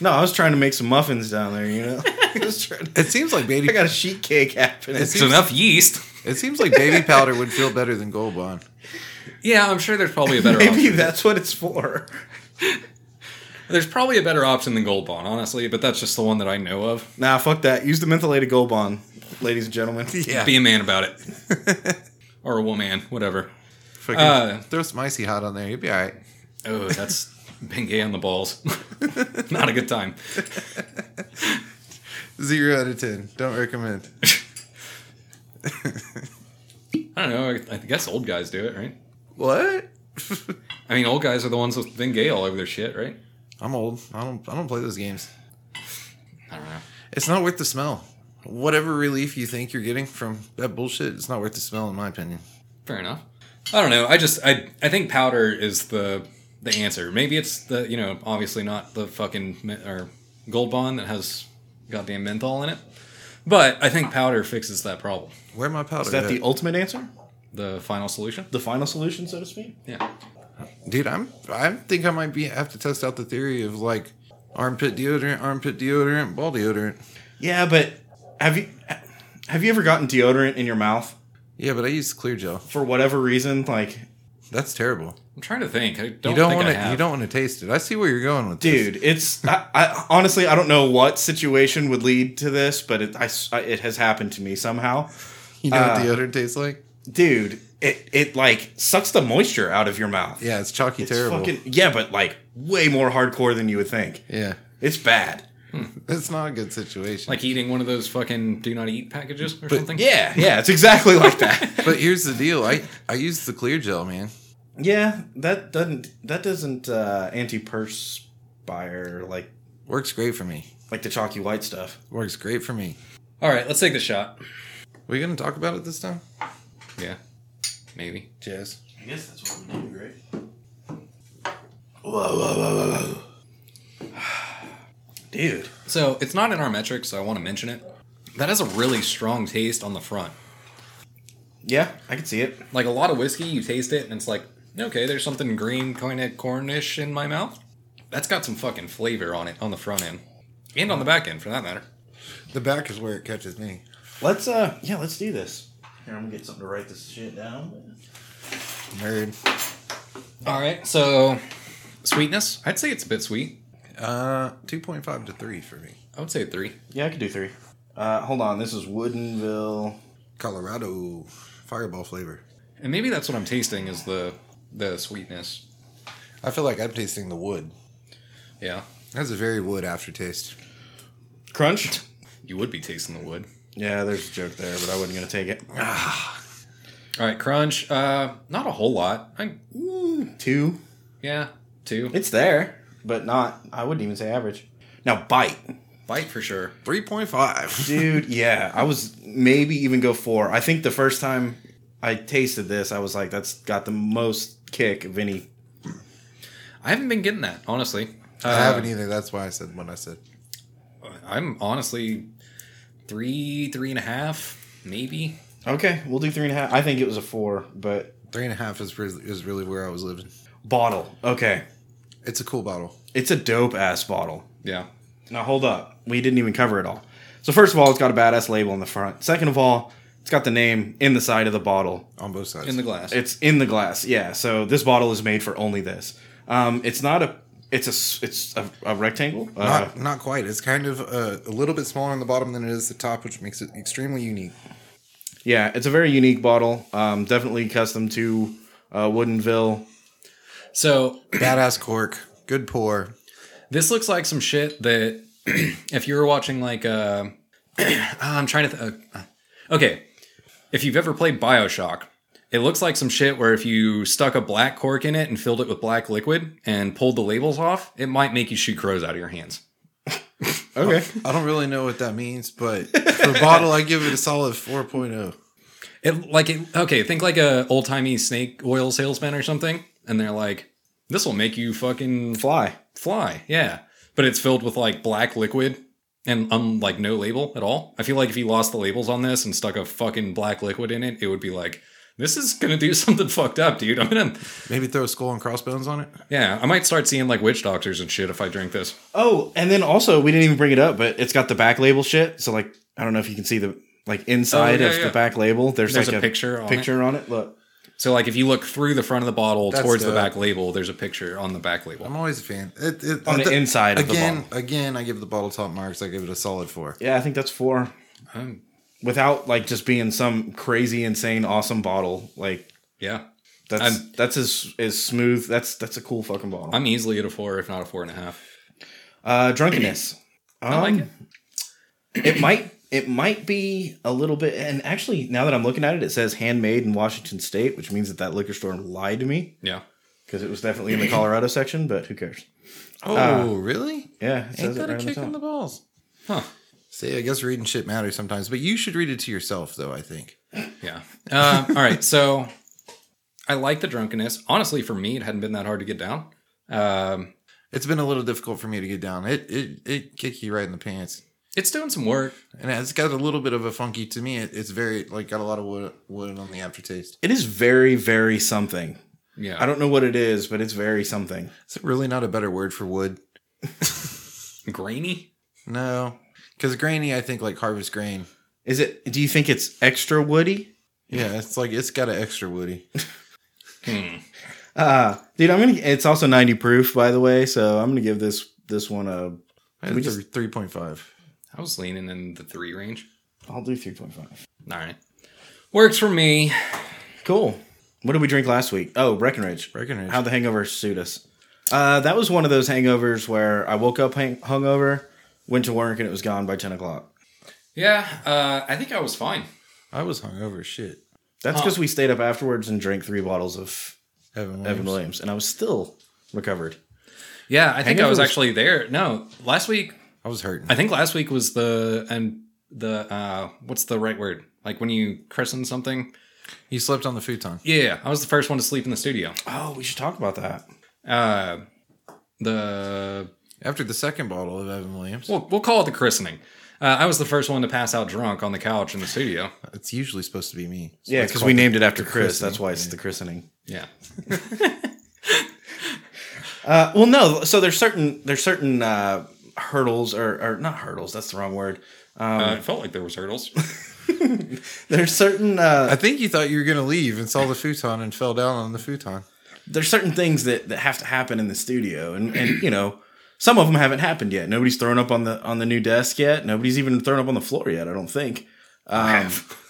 Speaker 2: No, I was trying to make some muffins down there, you know? I was trying to-
Speaker 3: It seems like baby
Speaker 2: I got a sheet cake happening.
Speaker 3: It's-
Speaker 1: It's
Speaker 2: (laughs)
Speaker 1: enough yeast.
Speaker 3: it seems like baby powder would feel better than gold bond.
Speaker 1: Yeah, I'm sure there's probably a better
Speaker 2: Maybe
Speaker 1: option.
Speaker 2: that's what it's for.
Speaker 1: There's probably a better option than Gold Bond, honestly, but that's just the one that I know of.
Speaker 2: Nah, fuck that. Use the mentholated gold bond, ladies and gentlemen.
Speaker 3: (laughs) Yeah.
Speaker 1: Be a man about it. or a woman, whatever.
Speaker 3: Fucking
Speaker 1: Uh,
Speaker 3: throw some icy hot on there, you'll be all right.
Speaker 1: Oh, that's (laughs) being gay on the balls. (laughs) Not a good time.
Speaker 3: Zero out of ten. Don't recommend.
Speaker 1: I don't know. I guess old guys do it, right?
Speaker 3: What?
Speaker 1: I mean, old guys are the ones with been gay all over their shit, right?
Speaker 3: I'm old. I don't. I don't play those games.
Speaker 1: I don't know.
Speaker 3: It's not worth the smell. Whatever relief you think you're getting from that bullshit, it's not worth the smell, in my opinion.
Speaker 1: Fair enough. I don't know. I just I I think powder is the the answer. Maybe it's the you know obviously not the fucking men- or gold bond that has goddamn menthol in it, but I think powder fixes that problem.
Speaker 3: Where my powder?
Speaker 2: Is that the
Speaker 3: at?
Speaker 2: ultimate answer?
Speaker 1: The final solution.
Speaker 2: The final solution, so to speak?
Speaker 1: Yeah.
Speaker 3: Dude, I'm. I think I might be have to test out the theory of like armpit deodorant, armpit deodorant, ball deodorant.
Speaker 2: Yeah, but have you have you ever gotten deodorant in your mouth
Speaker 3: Yeah, but I use clear gel.
Speaker 2: for whatever reason? Like,
Speaker 3: That's terrible.
Speaker 1: I'm trying to think. I don't,
Speaker 3: you don't
Speaker 1: think
Speaker 3: want
Speaker 1: I
Speaker 3: to.
Speaker 1: have.
Speaker 3: You don't want to taste it. I see where you're going with this.
Speaker 2: dude, it's I, I honestly I don't know what situation would lead to this, but it I s it has happened to me somehow.
Speaker 3: You know
Speaker 2: uh,
Speaker 3: what deodorant tastes like?
Speaker 2: Dude, it it like sucks the moisture out of your mouth.
Speaker 3: Yeah, it's chalky
Speaker 2: It's
Speaker 3: terrible.
Speaker 2: fucking yeah, but like way more hardcore than you would think.
Speaker 3: yeah,
Speaker 2: It's bad.
Speaker 3: that's not a good situation.
Speaker 1: Like (laughs) eating one of those fucking do not eat packages or something.
Speaker 2: Yeah, yeah, it's exactly like that.
Speaker 3: but here's the deal. I I use the clear gel, man.
Speaker 2: (laughs) yeah, that doesn't that doesn't uh antiperspire like
Speaker 3: Works great for me.
Speaker 2: like the chalky white stuff.
Speaker 3: Works great for me.
Speaker 1: All right, let's take the shot.
Speaker 3: We gonna talk about it this time?
Speaker 1: Yeah. Maybe.
Speaker 3: Cheers.
Speaker 2: I guess that's what I'm doing, right? Dude,
Speaker 1: So it's not in our metrics. So I want to mention it. That has a really strong taste on the front.
Speaker 2: yeah, I can see it.
Speaker 1: Like a lot of whiskey, you taste it and it's like, okay, there's something green, kind of cornish in my mouth. That's got some fucking flavor on it on the front end and on the back end for that matter.
Speaker 3: The back is where it catches me.
Speaker 2: Let's uh, yeah, let's do this. Here, I'm gonna get something to write this shit down. with.
Speaker 3: Nerd.
Speaker 1: All right, so sweetness, I'd say it's a bit sweet.
Speaker 3: Uh, two point five to three for me.
Speaker 1: I would say three.
Speaker 2: Yeah, I could do three. Uh, hold on, this is Woodenville.
Speaker 3: Colorado fireball flavor.
Speaker 1: And maybe that's what I'm tasting is the the sweetness.
Speaker 3: I feel like I'm tasting the wood.
Speaker 1: Yeah,
Speaker 3: That's a very wood aftertaste.
Speaker 2: Crunch.
Speaker 1: you would be tasting the wood.
Speaker 2: Yeah, there's a joke there, but I wasn't gonna take it.
Speaker 1: All right, crunch. Uh, not a whole lot. I
Speaker 2: Two.
Speaker 1: yeah, two
Speaker 2: It's there, but not. I wouldn't even say average. Now bite,
Speaker 1: bite for sure.
Speaker 3: Three
Speaker 1: (laughs)
Speaker 3: point five.
Speaker 2: dude. yeah, I was maybe even go four. I think the first time I tasted this, I was like, "That's got the most kick of any."
Speaker 1: I haven't been getting that honestly. Uh,
Speaker 3: I haven't either. That's why I said what I said.
Speaker 1: I'm honestly three, three and a half, maybe.
Speaker 2: Okay, we'll do three and a half. I think it was a four, but
Speaker 3: Three and a half is really, is really where I was living.
Speaker 2: bottle. Okay,
Speaker 3: It's a cool bottle.
Speaker 2: it's a dope ass bottle.
Speaker 1: Yeah.
Speaker 2: Now hold up, we didn't even cover it all. So first of all, it's got a badass label on the front. Second of all, it's got the name in the side of the bottle.
Speaker 3: on both sides.
Speaker 1: In the glass.
Speaker 2: It's in the glass. Yeah. So this bottle is made for only this. Um, it's not a. It's a. s- It's a, a rectangle. Uh,
Speaker 3: not not quite. It's kind of uh, a little bit smaller on the bottom than it is the top, which makes it extremely
Speaker 2: (clears throat)
Speaker 3: unique.
Speaker 2: yeah. It's a very unique bottle. Um, definitely custom to uh, Woodenville.
Speaker 1: So
Speaker 3: Badass cork, good pour.
Speaker 1: this looks like some shit that (clears throat) if you were watching like uh (clears throat) I'm trying to th- uh, okay if you've ever played Bioshock it looks like some shit where if you stuck a black cork in it and filled it with black liquid and pulled the labels off it might make you shoot crows out of your hands
Speaker 2: Okay.
Speaker 3: I don't really know what that means,
Speaker 2: (laughs)
Speaker 3: but for bottle, I give it a solid oh. 4.0.
Speaker 1: it like it okay think like a old timey snake oil salesman or something and they're like this will make you fucking
Speaker 2: Fly.
Speaker 1: fly yeah but it's filled with like black liquid and um like no label at all i feel like if you lost the labels on this and stuck a fucking black liquid in it it would be like this is gonna do (laughs) something fucked up dude i'm gonna
Speaker 3: Maybe throw a skull and crossbones on it.
Speaker 1: yeah i might start seeing like witch doctors and shit if i drink this
Speaker 2: Oh, and then also we didn't even bring it up, but it's got the back label shit. So like, I don't know if you can see the like inside
Speaker 1: Oh, yeah,
Speaker 2: of
Speaker 1: yeah.
Speaker 2: the back label. There's,
Speaker 1: There's
Speaker 2: like
Speaker 1: a picture on
Speaker 2: picture on it. Look.
Speaker 1: so like if you look through the front of the bottle
Speaker 3: That's
Speaker 1: towards the
Speaker 3: dope.
Speaker 1: back label there's a picture on the back label
Speaker 3: I'm always a fan. It, it,
Speaker 2: On
Speaker 3: I
Speaker 2: the inside of the
Speaker 3: again, again, I give the bottle top marks. I give it a solid four.
Speaker 2: Yeah, I think that's four.
Speaker 1: Um,
Speaker 2: Without like just being some crazy, insane, awesome bottle. Like
Speaker 1: yeah
Speaker 2: That's that's as as smooth. That's that's a cool fucking bottle.
Speaker 1: I'm easily at a four, if not a four and a half.
Speaker 2: Uh, drunkenness.
Speaker 1: (clears throat)
Speaker 2: Um,
Speaker 1: I like
Speaker 2: it. might it might be a little bit. And actually, now that I'm looking at it, it says handmade in Washington State, which means that that liquor store lied to me
Speaker 1: Yeah.
Speaker 2: because it was definitely
Speaker 1: (clears throat)
Speaker 2: in the Colorado section. But who cares?
Speaker 3: Oh, really?
Speaker 2: Yeah, it says it right on the top.
Speaker 3: balls?
Speaker 1: Huh.
Speaker 3: See, I guess reading shit matters sometimes, but you should read it to yourself, though. I think.
Speaker 1: Yeah. Uh, all right. So I like the drunkenness. Honestly, for me, it hadn't been that hard to get down. Um,
Speaker 3: It's been a little difficult for me to get down. It it it kicked you right in the pants,
Speaker 1: it's doing some work.
Speaker 3: and it's got a little bit of a funky to me. It, it's very like got a lot of wood wood on the aftertaste.
Speaker 2: It is very very something.
Speaker 1: Yeah.
Speaker 2: I don't know what it is, but it's very something.
Speaker 3: It's really not a better word for wood.
Speaker 1: grainy.
Speaker 3: No, because grainy, I think like harvest grain.
Speaker 2: Is it? Do you think it's extra woody?
Speaker 3: Yeah, it's like it's got an extra woody.
Speaker 1: Hmm.
Speaker 2: Uh dude, I'm gonna. It's also 90 proof, by the way. So I'm gonna give this this one a. we
Speaker 3: It's a
Speaker 2: just-
Speaker 3: three point five.
Speaker 1: I was leaning in the three range.
Speaker 2: I'll do 3.5.
Speaker 1: All right. Works for me.
Speaker 2: Cool. What did we drink last week? Oh, Breckenridge.
Speaker 3: Breckenridge.
Speaker 2: How the hangover suit us. Uh, that was one of those hangovers where I woke up hang- hungover, went to work, and it was gone by 10 o'clock.
Speaker 1: Yeah. Uh, I think I was fine.
Speaker 3: I was hungover. Shit.
Speaker 2: That's because we stayed up afterwards and drank three bottles of
Speaker 3: Evan Williams.
Speaker 2: Evan Williams, and I was still recovered.
Speaker 1: Yeah. I think I
Speaker 2: Hangover
Speaker 1: was
Speaker 2: was-
Speaker 1: actually there. No, last week.
Speaker 3: I was hurting.
Speaker 1: I think last week was the and the uh, what's the right word? Like when you christen something.
Speaker 3: You slept on the futon.
Speaker 1: Yeah. I was the first one to sleep in the studio.
Speaker 2: Oh, we should talk about that.
Speaker 1: Uh, the
Speaker 3: After the second bottle of Evan Williams,
Speaker 1: we'll, we'll call it the christening. Uh, I was the first one to pass out drunk on the couch in the studio.
Speaker 3: it's usually supposed to be me. So
Speaker 2: Yeah,
Speaker 3: it's
Speaker 2: because
Speaker 3: called
Speaker 2: we
Speaker 3: the-
Speaker 2: named it after Chris.
Speaker 3: christening,
Speaker 2: That's why it's the christening.
Speaker 1: Yeah.
Speaker 2: Uh, well, no. So there's certain there's certain uh, hurdles or, or not hurdles. That's the wrong word.
Speaker 1: Uh, it felt like there was hurdles.
Speaker 2: There's certain uh,
Speaker 3: I think you thought you were gonna leave and saw the futon and fell down on the futon.
Speaker 2: there's certain things that, that have to happen in the studio, and, and you know some of them haven't happened yet. Nobody's thrown up on the on the new desk yet. Nobody's even thrown up on the floor yet. I don't think. Um,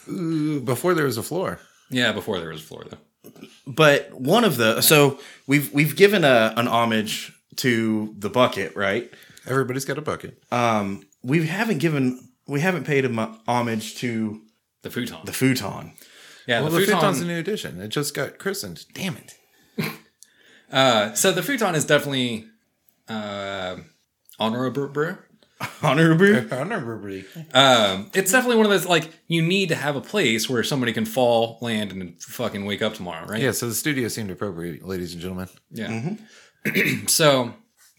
Speaker 3: Ooh, before there was a floor.
Speaker 1: (laughs) yeah, before there was a floor though.
Speaker 2: but one of the so we've we've given a an homage to the bucket, right?
Speaker 3: Everybody's got a bucket.
Speaker 2: Um, we haven't given we haven't paid a mo- homage to
Speaker 1: The futon.
Speaker 2: the futon.
Speaker 1: yeah,
Speaker 3: well,
Speaker 1: the, futon.
Speaker 3: futon's a new addition. It just got christened. Damn it.
Speaker 1: uh, so the futon is definitely uh, honorable.
Speaker 2: Honorable.
Speaker 3: Honorably.
Speaker 1: Um, it's definitely one of those like you need to have a place where somebody can fall, land, and fucking wake up tomorrow, right?
Speaker 3: Yeah, so the studio seemed appropriate, ladies and gentlemen.
Speaker 1: Yeah. (clears throat) so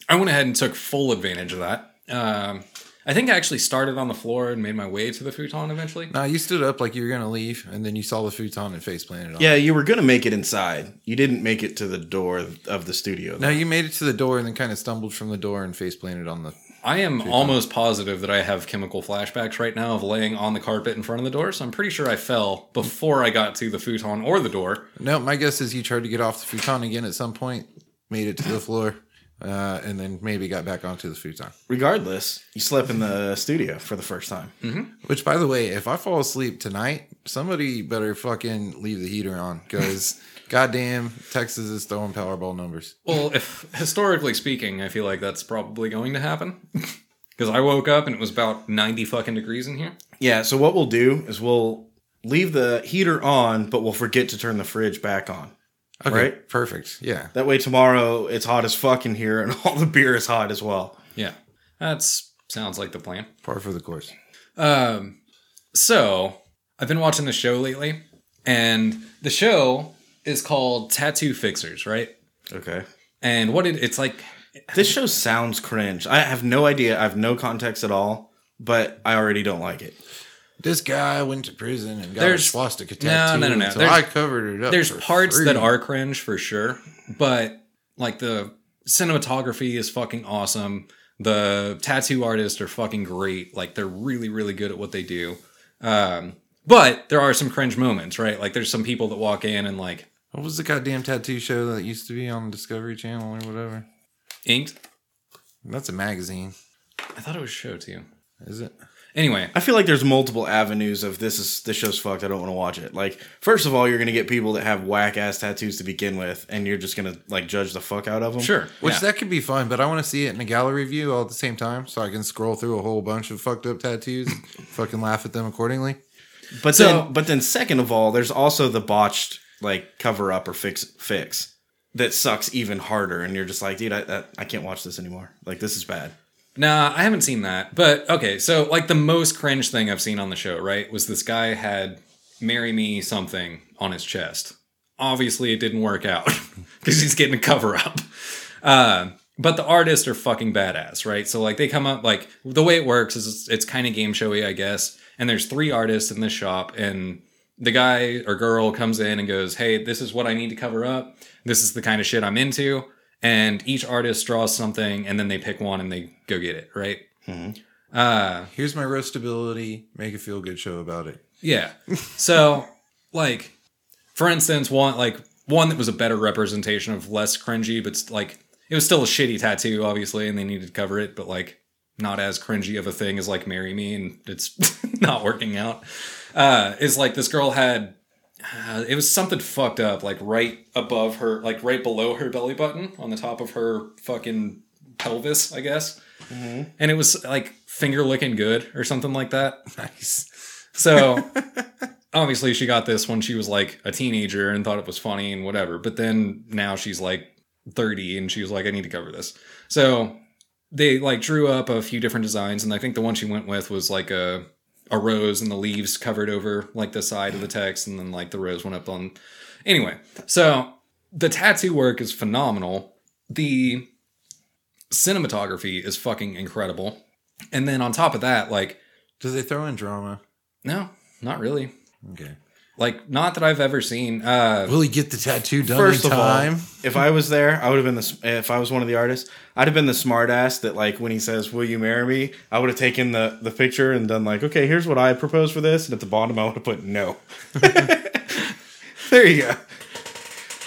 Speaker 1: I went ahead and took full advantage of that. Um, I think I actually started on the floor and made my way to the futon eventually.
Speaker 3: Now you stood up like you were gonna leave, and then you saw the futon and face planted on. it.
Speaker 2: Yeah, you were gonna make it inside. You didn't make it to the door of the studio.
Speaker 3: Now you made it to the door and then kind of stumbled from the door and face planted on the.
Speaker 1: I am almost positive that I have chemical flashbacks right now of laying on the carpet in front of the door, so I'm pretty sure I fell before I got to the futon or the door.
Speaker 3: No, my guess is you tried to get off the futon again at some point, made it to the floor, uh, and then maybe got back onto the futon.
Speaker 2: Regardless, you slept in the studio for the first time.
Speaker 3: Which, by the way, if I fall asleep tonight, somebody better fucking leave the heater on (laughs) because goddamn, Texas is throwing Powerball numbers.
Speaker 1: Well, if historically speaking, I feel like that's probably going to happen. (laughs) Because I woke up and it was about 90 fucking degrees in here.
Speaker 2: Yeah, so what we'll do is we'll leave the heater on, but we'll forget to turn the fridge back on.
Speaker 3: Okay,
Speaker 2: Right.
Speaker 3: perfect. Yeah,
Speaker 2: That way tomorrow it's hot as fuck in here and (laughs) all the beer is hot as well.
Speaker 1: Yeah. That sounds like the plan.
Speaker 3: par for the course.
Speaker 1: Um, so I've been watching the show lately, and the show is called Tattoo Fixers, right?
Speaker 2: Okay.
Speaker 1: And what it it's like,
Speaker 2: This show sounds cringe. I have no idea. I have no context at all, but I already don't like it.
Speaker 3: This guy went to prison and got
Speaker 1: There's-
Speaker 3: a swastika
Speaker 1: no, no,
Speaker 3: tattoo.
Speaker 1: no, no.
Speaker 3: So
Speaker 1: There's-
Speaker 3: I covered it up.
Speaker 1: there's
Speaker 3: for
Speaker 1: parts
Speaker 3: free.
Speaker 1: that are cringe for sure, but like the cinematography is fucking awesome. The tattoo artists are fucking great. Like they're really, really good at what they do. Um, but there are some cringe moments, right? Like there's some people that walk in and like
Speaker 3: What was the goddamn tattoo show that used to be on Discovery Channel or whatever?
Speaker 1: inked.
Speaker 3: That's a magazine,
Speaker 1: I thought it was show too.
Speaker 3: is it?
Speaker 1: Anyway,
Speaker 2: I feel like there's multiple avenues of this is this show's fucked. I don't want to watch it. Like, first of all, you're gonna get people that have whack ass tattoos to begin with, and you're just gonna like judge the fuck out of them.
Speaker 1: sure.
Speaker 3: Which
Speaker 1: yeah.
Speaker 3: that could be fun, but I want to see it in a gallery view all at the same time, so I can scroll through a whole bunch of fucked up tattoos,
Speaker 1: (laughs)
Speaker 3: fucking laugh at them accordingly.
Speaker 2: But
Speaker 1: So-
Speaker 2: then, but then, second of all, there's also the botched like cover up or fix fix that sucks even harder, and you're just like, dude, I I, I can't watch this anymore. Like, this is bad.
Speaker 1: Nah, I haven't seen that. But okay, so like the most cringe thing I've seen on the show, right, was this guy had marry me something on his chest. Obviously, it didn't work out (laughs) because he's getting a cover up. Uh, but the artists are fucking badass, right? So like they come up like the way it works is it's, it's kind of game showy, I guess. And there's three artists in this shop, and the guy or girl comes in and goes, "Hey, this is what I need to cover up. This is the kind of shit I'm into." And each artist draws something, and then they pick one and they go get it, right? Uh,
Speaker 3: Here's my roastability. Make a feel good show about it. (laughs)
Speaker 1: yeah. So, like, for instance, one like one that was a better representation of less cringy, but st- like it was still a shitty tattoo, obviously, and they needed to cover it, but like not as cringy of a thing as like "marry me," and it's (laughs) not working out. Uh, is like this girl had uh, it was something fucked up, like right above her, like right below her belly button, on the top of her fucking pelvis, I guess. And it was like finger looking good or something like that.
Speaker 3: Nice.
Speaker 1: So obviously she got this when she was like a teenager and thought it was funny and whatever. But then now she's like 30 and she was like, I need to cover this. So they like drew up a few different designs, and I think the one she went with was like a a rose and the leaves covered over like the side of the text, and then like the rose went up on anyway. So the tattoo work is phenomenal. The cinematography is fucking incredible. And then on top of that, like,
Speaker 3: Do they throw in drama?
Speaker 1: no, not really
Speaker 3: Okay.
Speaker 1: like not that I've ever seen. Uh,
Speaker 3: Will he get the tattoo done
Speaker 2: First
Speaker 3: in
Speaker 2: of
Speaker 3: time?
Speaker 2: all, if I was there, I would have been the. s- If I was one of the artists, I'd have been the smart ass that, like, when he says, "Will you marry me?" I would have taken the the picture and done like, "Okay, here's what I propose for this," and at the bottom, I would have put no. (laughs) there you go. Uh,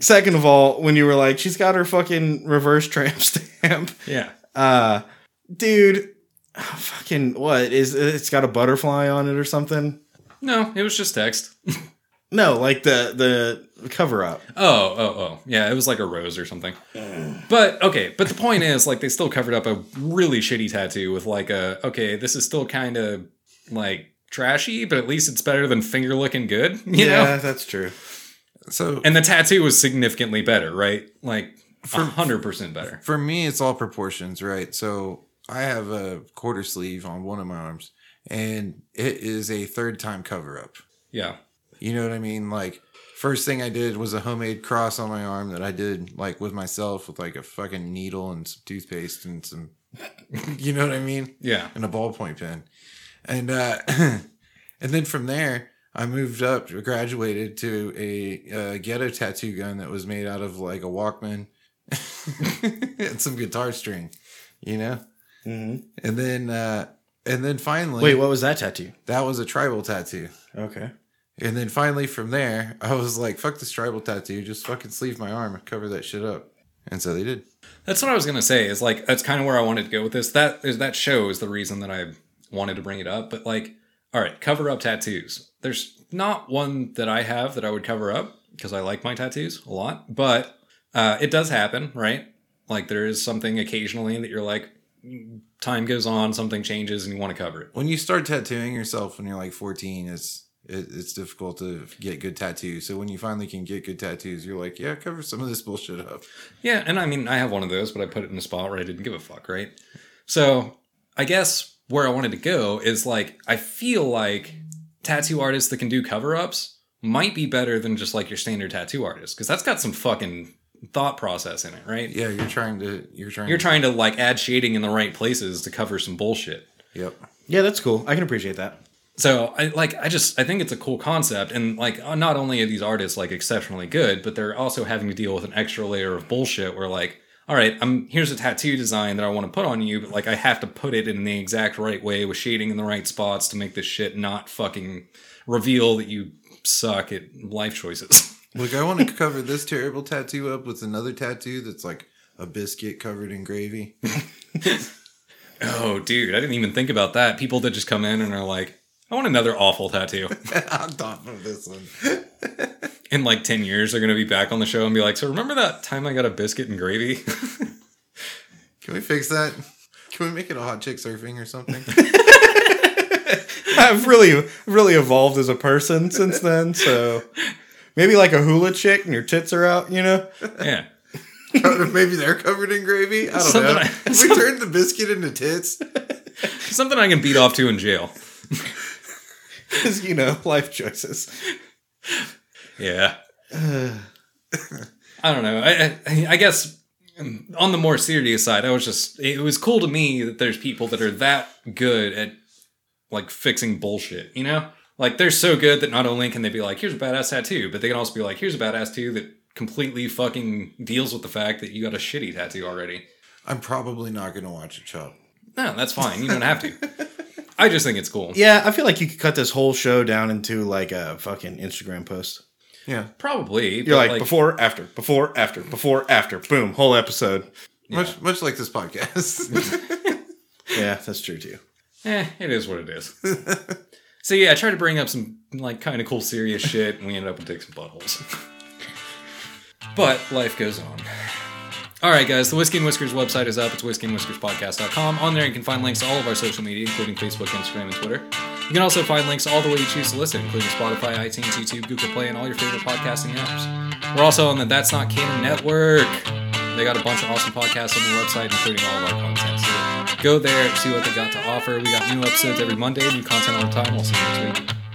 Speaker 2: second of all, when you were like, "She's got her fucking reverse tramp (laughs) stamp,"
Speaker 1: yeah,
Speaker 2: uh, dude, fucking what is? It's got a butterfly on it or something.
Speaker 1: no, it was just text.
Speaker 2: No, like the the cover up.
Speaker 1: Oh, oh, oh, yeah, it was like a rose or something. But okay, but the point is, like, they still covered up a really shitty tattoo with like a okay, this is still kind of like trashy, but at least it's better than finger looking good, (laughs) you
Speaker 2: yeah,
Speaker 1: know.
Speaker 2: that's true.
Speaker 3: so
Speaker 1: And the tattoo was significantly better, right? Like, hundred percent better.
Speaker 3: for me, it's all proportions, right? So I have a quarter sleeve on one of my arms, and it is a third time cover up.
Speaker 1: Yeah,
Speaker 3: You know what I mean? Like, first thing I did was a homemade cross on my arm that I did like with myself with like a fucking needle and some toothpaste and some, (laughs) you know what I mean?
Speaker 1: yeah,
Speaker 3: and a ballpoint pen. And uh, (clears throat) and then from there, I moved up, graduated to a, uh ghetto tattoo gun that was made out of like a Walkman (laughs) and some guitar string, you know.
Speaker 2: hmm
Speaker 3: And then uh, and then finally,
Speaker 2: Wait, what was that tattoo?
Speaker 3: that was a tribal tattoo.
Speaker 2: Okay.
Speaker 3: And then finally, from there, I was like, "Fuck this tribal tattoo! Just fucking sleeve my arm, and cover that shit up." And so they did.
Speaker 1: that's what I was gonna say. Is like that's kind of where I wanted to go with this. That is that show is the reason that I wanted to bring it up. But like, all right, cover up tattoos. There's not one that I have that I would cover up because I like my tattoos a lot. But uh, it does happen, right? Like there is something occasionally that you're like, "Mm, time goes on, something changes, and you want to cover it.
Speaker 3: when you start tattooing yourself when you're like 14 it's it, it's difficult to get good tattoos so when you finally can get good tattoos you're like yeah cover some of this bullshit up
Speaker 1: Yeah, and I mean, I have one of those, but I put it in a spot where I didn't give a fuck, right? So I guess where I wanted to go is like, I feel like tattoo artists that can do cover ups might be better than just like your standard tattoo artist because that's got some fucking thought process in it, right?
Speaker 3: yeah you're trying to you're trying
Speaker 1: You're trying to like add shading in the right places to cover some bullshit.
Speaker 3: yep
Speaker 2: Yeah, that's cool. I can appreciate that.
Speaker 1: So I like I just I think it's a cool concept and like uh, not only are these artists like exceptionally good but they're also having to deal with an extra layer of bullshit where like all right I'm here's a tattoo design that I want to put on you but like I have to put it in the exact right way with shading in the right spots to make this shit not fucking reveal that you suck at life choices. (laughs)
Speaker 3: look i want to cover this terrible tattoo up with another tattoo that's like a biscuit covered in gravy
Speaker 1: Oh, dude, I didn't even think about that. People that just come in and are like, I want another awful tattoo.
Speaker 3: (laughs)
Speaker 1: (laughs)
Speaker 3: on top of this one.
Speaker 1: In like 10 years, they're going to be back on the show and be like, So remember that time I got a biscuit and gravy? (laughs)
Speaker 3: Can we fix that? Can we make it a hot chick surfing or
Speaker 1: (laughs)
Speaker 3: something?
Speaker 2: (laughs) I've really, really evolved as a person since then. So maybe like a hula chick and your tits are out, you know? (laughs)
Speaker 1: yeah.
Speaker 3: Maybe they're covered in gravy. I don't
Speaker 1: Something
Speaker 3: know.
Speaker 1: I-
Speaker 3: Have we turned the biscuit into tits.
Speaker 1: Something I can beat off to in jail.
Speaker 2: Because, you know, life choices. (sighs)
Speaker 1: Yeah. I don't know. I, I, I guess um, on the more serious side, I was just, it was cool to me that there's people that are that good at like fixing bullshit, you know? Like they're so good that not only can they be like, here's a badass tattoo, but they can also be like, here's a badass tattoo that completely fucking deals with the fact that you got a shitty tattoo already.
Speaker 3: I'm probably not going to watch it chop.
Speaker 1: No, that's fine. You don't have to.
Speaker 2: (laughs)
Speaker 1: I just think it's cool.
Speaker 2: Yeah, I feel like you could cut this whole show down into like a fucking Instagram post.
Speaker 3: Yeah.
Speaker 1: Probably.
Speaker 2: You're
Speaker 1: but,
Speaker 2: like, before, after, before, after, before, after. Boom, whole episode.
Speaker 3: Much much like this podcast. (laughs)
Speaker 2: Yeah, that's true too.
Speaker 1: eh, it is what it is. (laughs) so yeah, I tried to bring up some like kind of cool serious shit, and we ended up with dicks and buttholes. (laughs) but life goes on. All right, guys, the Whiskey and Whiskers website is up. It's whiskeyandwhiskerspodcast.com. On there, you can find links to all of our social media, including Facebook, Instagram, and Twitter. You can also find links to all the way you choose to listen, including Spotify, iTunes, YouTube, Google Play, and all your favorite podcasting apps. We're also on the That's Not Canon Network. They got a bunch of awesome podcasts on their website, including all of our content. So go there, see what they got to offer. We got new episodes every Monday, new content all the time. We'll see you next week.